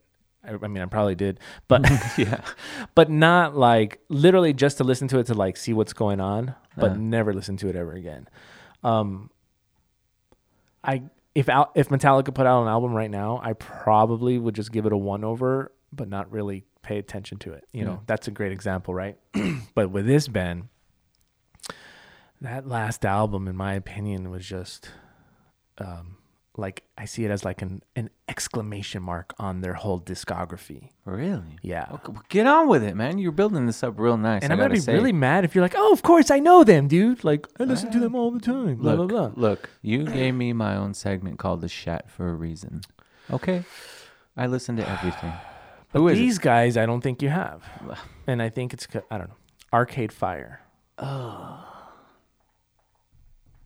I, I mean, I probably did, but yeah, but not like literally just to listen to it to like see what's going on, but never listen to it ever again. Um, I if Al, if Metallica put out an album right now, I probably would just give it a one over, but not really pay attention to it. You know, that's a great example, right? but with this band, that last album, in my opinion, was just um, like I see it as like an an exclamation mark on their whole discography.
Really?
Yeah.
Okay, well, get on with it, man. You're building this up real nice.
And
I
I'm gonna
gotta
be
say.
really mad if you're like, oh, of course I know them, dude. Like I listen to them all the time. Blah
look,
blah blah.
Look, you gave me my own segment called "The Shat" for a reason. Okay, I listen to everything. Who is it?
These guys, I don't think you have, and I think it's c- I don't know. Arcade Fire. Oh.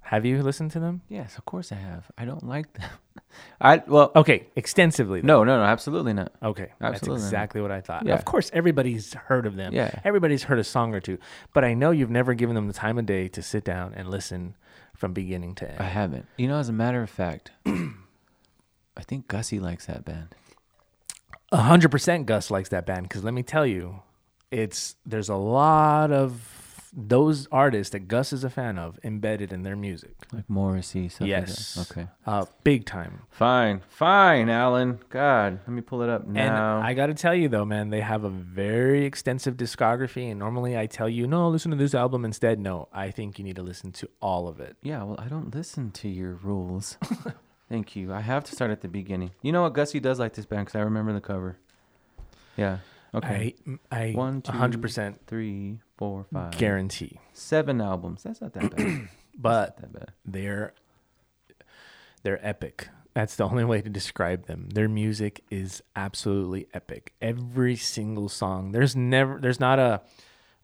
Have you listened to them?
Yes, of course I have. I don't like them. I well, oh,
Okay, extensively. though.
no, no, no, absolutely not.
Okay,
Absolutely.
that's exactly what I thought.
Yeah.
Of course, everybody's heard of them.
Yeah.
everybody's heard a song or two, but I know you've never given them the time of day to sit down and listen from beginning to end.
I haven't. You know, as a matter of fact, I think Gussie likes that band.
A hundred percent Gus likes that band because let me tell you, it's there's a lot of those artists that Gus is a fan of embedded in their music.
Like Morrissey. Stuff like that.
yes.
okay.
Uh, big time.
Fine. Fine, Alan. God, let me pull it up
And
now.
I got to tell you though, man, they have a very extensive discography. And normally I tell you, no, listen to this album instead. No, I think you need to listen to all of it.
yeah, well, I don't listen to your rules. Thank you. I have to start at the beginning. You know what? Gussie does like this band because I remember the cover. Yeah. Okay.
I, I
One, two,
100%
Three, four, five,
guarantee.
seven albums. That's not that bad.
But
that bad.
they're they're epic. That's the only way to describe them. Their music is absolutely epic. Every single song. There's never there's not a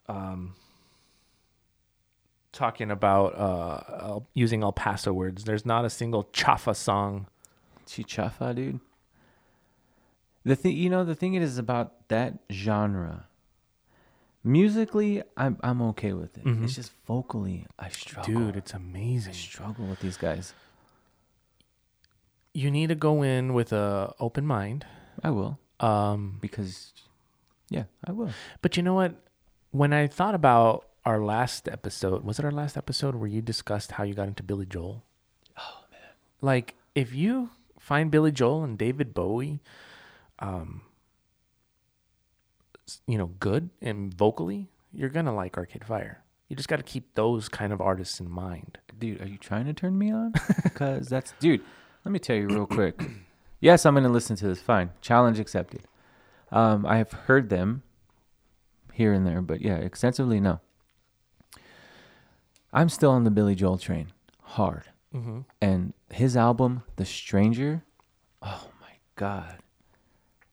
um talking about uh El- using El Paso words. There's not a single chafa song
Chichafa, dude. The thing, you know, the thing it is about that genre. Musically, I'm I'm okay with it. It's just vocally, I struggle.
Mm-hmm. Dude, it's amazing.
I struggle with these guys.
You need to go in with a open mind.
I will
Um,
because, yeah, I will.
but you know what? When I thought about our last episode, was it our last episode where you discussed how you got into Billy Joel? Oh man! Like if you find Billy Joel and David Bowie, um, s- you know, good and vocally, you're gonna like Arcade Fire. You just got to keep those kind of artists in mind.
Dude, are you trying to turn me on? Because that's dude. Let me tell you real quick. Yes, I'm gonna listen to this. Fine, challenge accepted. Um, I have heard them here and there, but yeah, extensively no. I'm still on the Billy Joel train, hard. Mm-hmm. And his album, The Stranger, oh my god,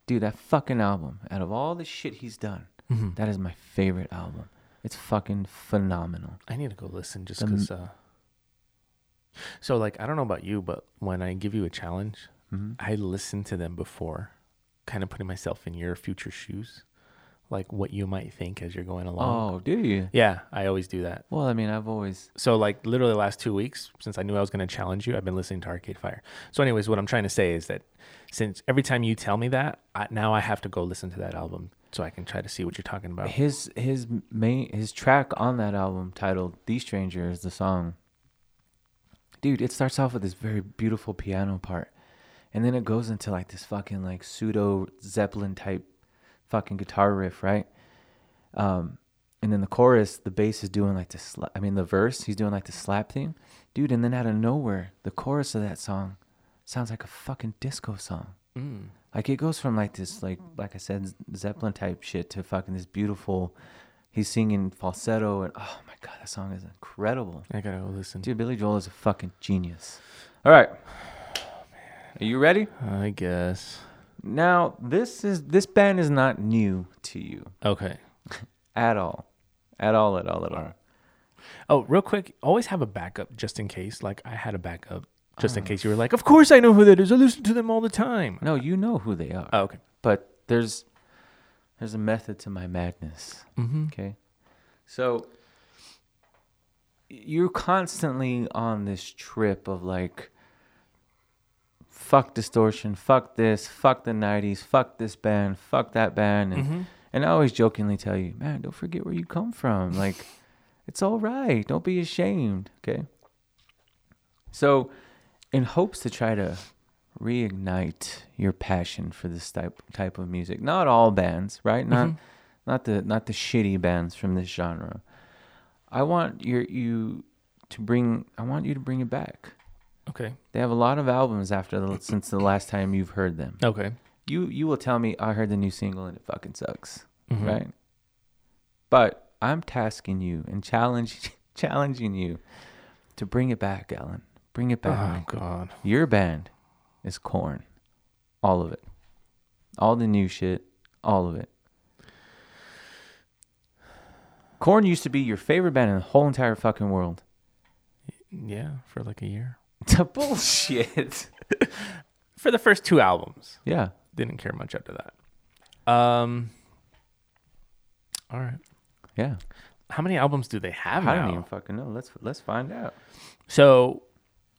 dude, that fucking album. Out of all the shit he's done, that is my favorite album. It's fucking phenomenal.
I need to go listen just because. Uh, so, like, I don't know about you, but when I give you a challenge, I listened to them before, kind of putting myself in your future shoes, like what you might think as you're going along.
Oh, do you?
Yeah, I always do that.
Well, I mean, I've always
So like literally the last two weeks, since I knew I was going to challenge you, I've been listening to Arcade Fire. So, anyways, what I'm trying to say is that since every time you tell me that, I, now I have to go listen to that album so I can try to see what you're talking about.
his his main his track on that album titled "The Stranger" is the song. Dude, it starts off with this very beautiful piano part, and then it goes into like this fucking like pseudo Zeppelin type fucking guitar riff, right? Um, and then the chorus, the bass is doing like the sla- I mean the verse, he's doing like the slap thing, dude. And then out of nowhere, the chorus of that song sounds like a fucking disco song. Like it goes from like this, like like I said, Zeppelin type shit to fucking this beautiful. He's singing falsetto, and oh my god, that song is incredible.
I gotta go listen.
Dude, Billy Joel is a fucking genius. All right, are you ready?
I guess.
Now this is this band is not new to you
Okay.
at all, at all, at all, at all.
Oh, real quick, always have a backup just in case. Like I had a backup just in
Ah.
case you were like, of course I know who that is. I listen to them all the time.
No, you know who they are.
Oh, okay.
but there's there's a method to my madness. Mm-hmm. Okay, so you're constantly on this trip of like, fuck distortion, fuck this, fuck the '90s, fuck this band, fuck that band, and and I always jokingly tell you, man, don't forget where you come from. Like, it's all right. Don't be ashamed. Okay. So, in hopes to try to reignite your passion for this type type of music, not all bands, right? Not not the not the shitty bands from this genre. I want your you to bring. I want you to bring it back.
Okay.
They have a lot of albums after the, since the last time you've heard them.
Okay.
You you will tell me I heard the new single and it fucking sucks, right? But I'm tasking you and challenge challenging you to bring it back, Alan. Bring it back.
Oh God.
Your band is corn. All of it. All the new shit. All of it. Corn used to be your favorite band in the whole entire fucking world.
Yeah, for like a year.
Bullshit.
For the first two albums,
yeah.
didn't care much after that. Um. All right.
Yeah.
How many albums do they have
I
now?
don't even fucking know. Let's let's find out.
So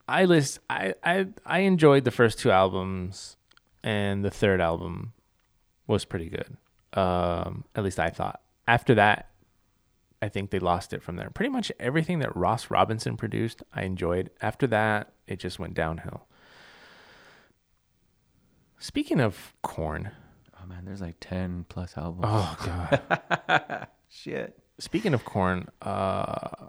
I list I, I I enjoyed the first two albums and the third album was pretty good. Um at least I thought. After that I think they lost it from there. Pretty much everything that Ross Robinson produced, I enjoyed. After that, it just went downhill. Speaking of corn,
Oh man, there's like ten plus albums.
oh god.
shit.
Speaking of corn, uh,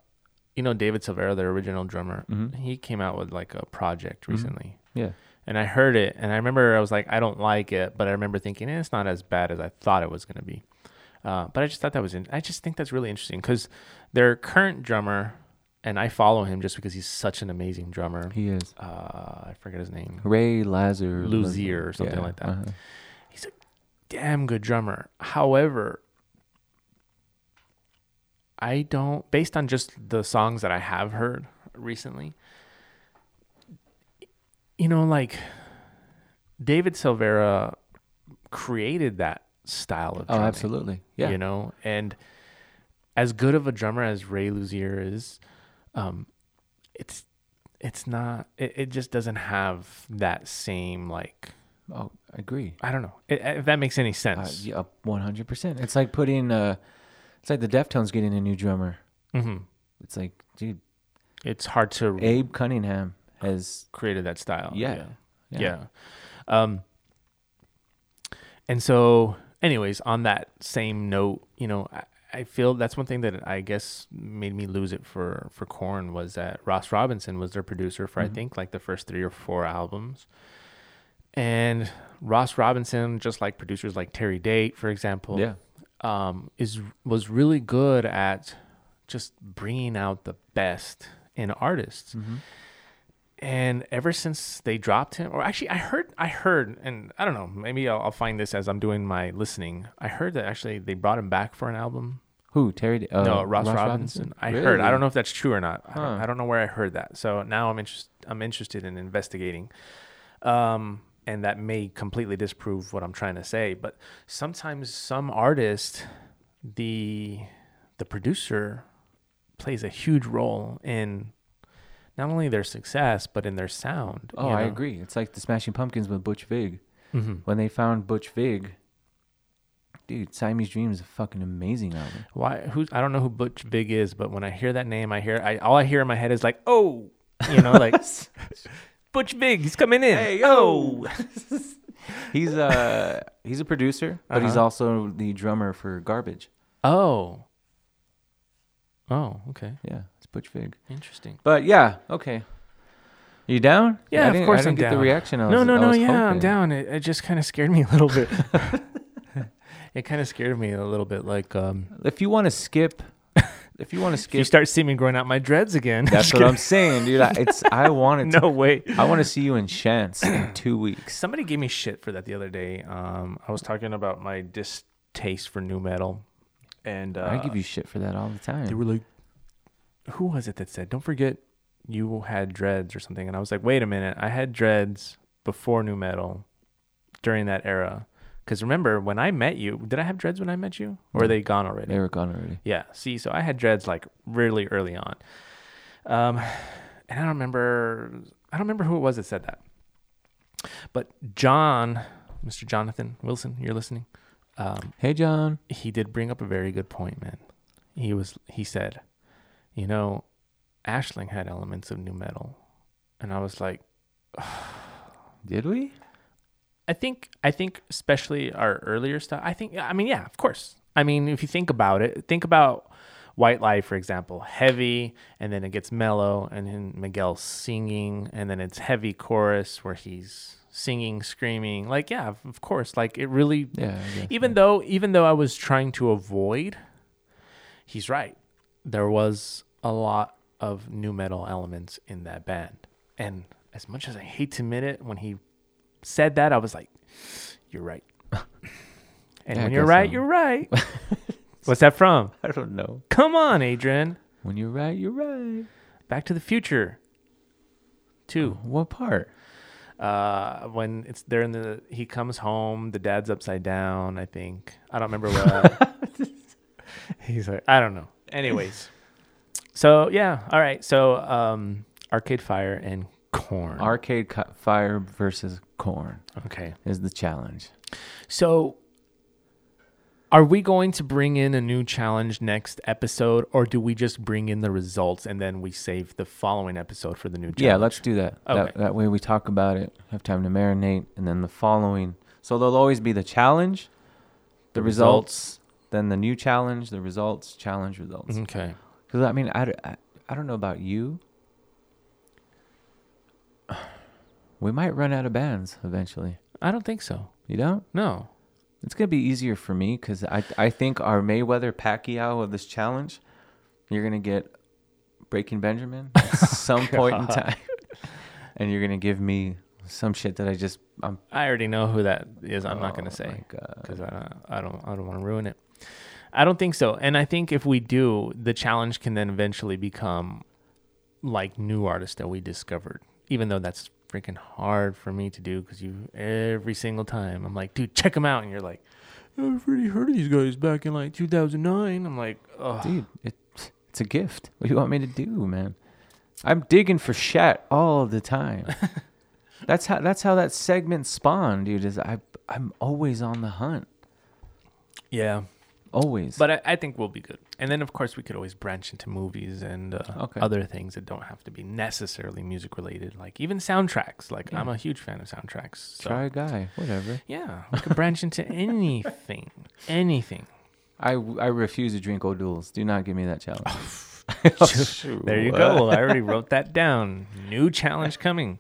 you know David Silvera, their original drummer, he came out with like a project recently
Yeah.
and I heard it, and I remember I was like, I don't like it, but I remember thinking eh, it's not as bad as I thought it was gonna be. Uh, but I just thought that was, in- I just think that's really interesting because their current drummer, and I follow him just because he's such an amazing drummer.
He is.
uh, I forget his name,
Ray Lazar
Luzier or something
Yeah,
like that.
uh-huh.
He's a damn good drummer. However, I don't, based on just the songs that I have heard recently, you know, like David Silvera created that style of
Oh,
drumming,
absolutely. Yeah.
You know, and as good of a drummer as Ray Luzier is, um, it's it's not it, it just doesn't have that same like
Oh, I agree.
I don't know i i- if that makes any
Uh,
sense.
yeah, one hundred percent. It's like putting. Uh, it's like the Deftones getting a new drummer.
hmm
It's like, dude,
It's hard to
Abe Cunningham has.
create that style.
Yeah,
Oh, yeah.
yeah.
Yeah. Um, and so, anyways, on that same note, you know, I, I feel that's one thing that I guess made me lose it for for Korn was that Ross Robinson was their producer for I think like the first three or four albums. And Ross Robinson, just like producers like Terry Date, for example,
Yeah.
um, is was really good at just bringing out the best in artists. And ever since they dropped him, or actually, I heard, I heard, and I don't know, maybe I'll, I'll find this as I'm doing my listening. I heard that actually they brought him back for an album.
Who Terry? Uh,
no, Ross, Robinson. I heard. I
Really?
don't know if that's true or not. I, don't,
Huh.
I don't know where I heard that. So now I'm interested. I'm interested in investigating. Um, and that may completely disprove what I'm trying to say, but sometimes some artist, the the producer plays a huge role in not only their success but in their sound.
Oh,
you
I
know? Mm-hmm.
agree. It's like the Smashing Pumpkins with Butch Vig. When they found Butch Vig, dude, Siamese Dream is a fucking amazing album.
Why? Who? I don't know who Butch Vig is, but when I hear that name, I hear I all I hear in my head is like, oh, you know, like Butch Vig, he's coming in.
yo. he's uh he's a producer, but he's
Uh-huh.
also the drummer for Garbage.
Oh. Oh, okay.
Yeah, it's Butch Vig.
Interesting.
But yeah, okay. You down? I
Yeah,
didn't-
of course
I didn't
am
get
down.
the reaction. I was,
no, no,
I
no.
was
Yeah, I'm
hoping.
down. It, it just kind of scared me a little bit. it kind of scared me a little bit. Like, um,
If you want to skip, if you want to
if you
skip,
start seeing me growing out my dreads again.
that's what I'm saying, dude. I, it's I wanted to
no way.
I want to see you in Chance in two weeks.
Somebody gave me shit for that the other day. Um, I was talking about my distaste for new metal, and uh,
I give you shit for that all the time.
They were like, who was it that said, don't forget you had dreads or something? And I was like, wait a minute. I had dreads before new metal during that era. Because remember, when I met you, did I have dreads when I met you? Or are they gone already?
they were gone already.
Yeah. See, so I had dreads like really early on. Um, and I don't remember, I don't remember who it was that said that. But John, Mr. Jonathan Wilson, you're listening. Um,
Hey, John.
he did bring up a very good point, man. He was he said, you know, Ashling had elements of new metal, and I was like,
Did we?
I think I think especially our earlier stuff. I think I mean yeah, of course. I mean if you think about it, think about White Light for example, heavy, and then it gets mellow, and then Miguel singing, and then it's heavy chorus where he's singing, screaming. Like yeah, of- of course. Like it really
Yeah. I guess.
even though even though I was trying to avoid, he's right. There was a lot of new metal elements in that band, and as much as I hate to admit it, when he said that, I was like, "You're right." And
Yeah, I
when you're
guess
right,
so.
you're right. What's that from?
I don't know.
Come on, Adrian.
When you're right, you're right.
Back to the Future. Two.
What part?
uh, when it's they're in the he comes home, the dad's upside down, I think. I don't remember what he's like I don't know. Anyways. So yeah, all right. So um Arcade Fire and Corn.
Arcade Co- Fire versus Corn
okay.
is the challenge.
So are we going to bring in a new challenge next episode or do we just bring in the results and then we save the following episode for the new challenge?
Yeah, let's do that. that.
Okay.
That way we talk about it, have time to marinate, and then the following. So there'll always be the challenge, the, results, then the new challenge, the results, challenge, results.
Okay.
Because I mean, I, d- I, I don't know about you. We might run out of bands eventually.
I don't think so.
You don't?
No.
It's gonna be easier for me because I I think our Mayweather Pacquiao of this challenge, you're gonna get Breaking Benjamin at some point in time, and you're gonna give me some shit that I just I'm
I already know who that is. I'm not going to
Oh my
say
God.
because I don't, I don't, I don't want to ruin it. I don't think so. And I think if we do, the challenge can then eventually become like new artists that we discovered. Even though that's freaking hard for me to do because you every single time I'm like, dude, check them out, and you're like, I've already heard of these guys back in like 2009. I'm like, oh,
dude. It, it's a gift. What do you want me to do, man? I'm digging for shit all the time. that's how that's how that segment spawned, dude. Is I I'm always on the hunt,
yeah.
always.
But I, I think we'll be good. And then, of course, we could always branch into movies and uh,
Okay.
other things that don't have to be necessarily music related, like even soundtracks. Like, I'm a huge fan of soundtracks. So.
try a guy, whatever.
Yeah, we could branch into anything. Anything.
I, I refuse to drink O'Doul's. Do not give me that challenge.
There you go. I already wrote that down. New challenge coming.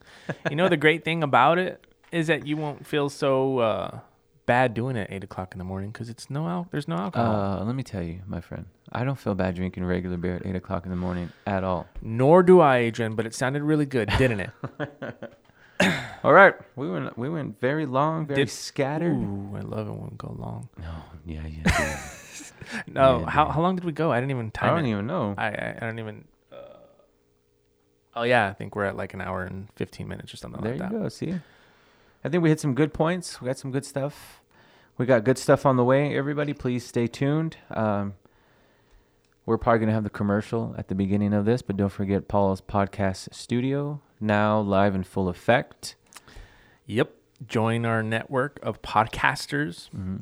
You know, the great thing about it is that you won't feel so uh, bad doing it at 8 o'clock in the morning because it's no al- there's no alcohol.
Uh, let me tell you, my friend, I don't feel bad drinking regular beer at 8 o'clock in the morning at all.
Nor do I, Adrian, but it sounded really good, didn't it?
All right. We went, we went very long, very
Did-
scattered.
Ooh, I love it when we go long.
No, yeah, yeah.
No,
Yeah,
how,
dude.
how long did we go? I didn't even
I
time
don't
it.
even know.
I, I I don't even. Uh, oh yeah, I think we're at like an hour and fifteen minutes or something
there
like
you
that.
go. See? I think we hit some good points. We got some good stuff. We got good stuff on the way. Everybody, please stay tuned. Um, we're probably going to have the commercial at the beginning of this, but don't forget Paul's podcast studio, now live in full effect.
Yep. Join our network of podcasters,
Mm-hmm.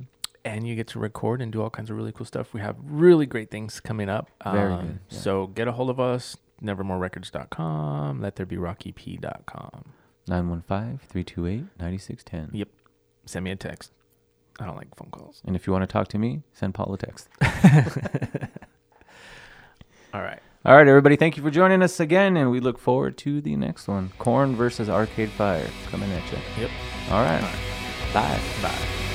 and you get to record and do all kinds of really cool stuff. We have really great things coming up. Um,
Very good, yeah.
So get a hold of us, nevermorerecords.com, letthereberockyp.com.
915 328 9610.
Yep. Send me a text. I don't like phone calls.
And if you want to talk to me, send Paul a text.
All right.
All right, everybody, thank you for joining us again, and we look forward to the next one Corn versus Arcade Fire coming at you.
Yep.
All right. Bye.
Bye.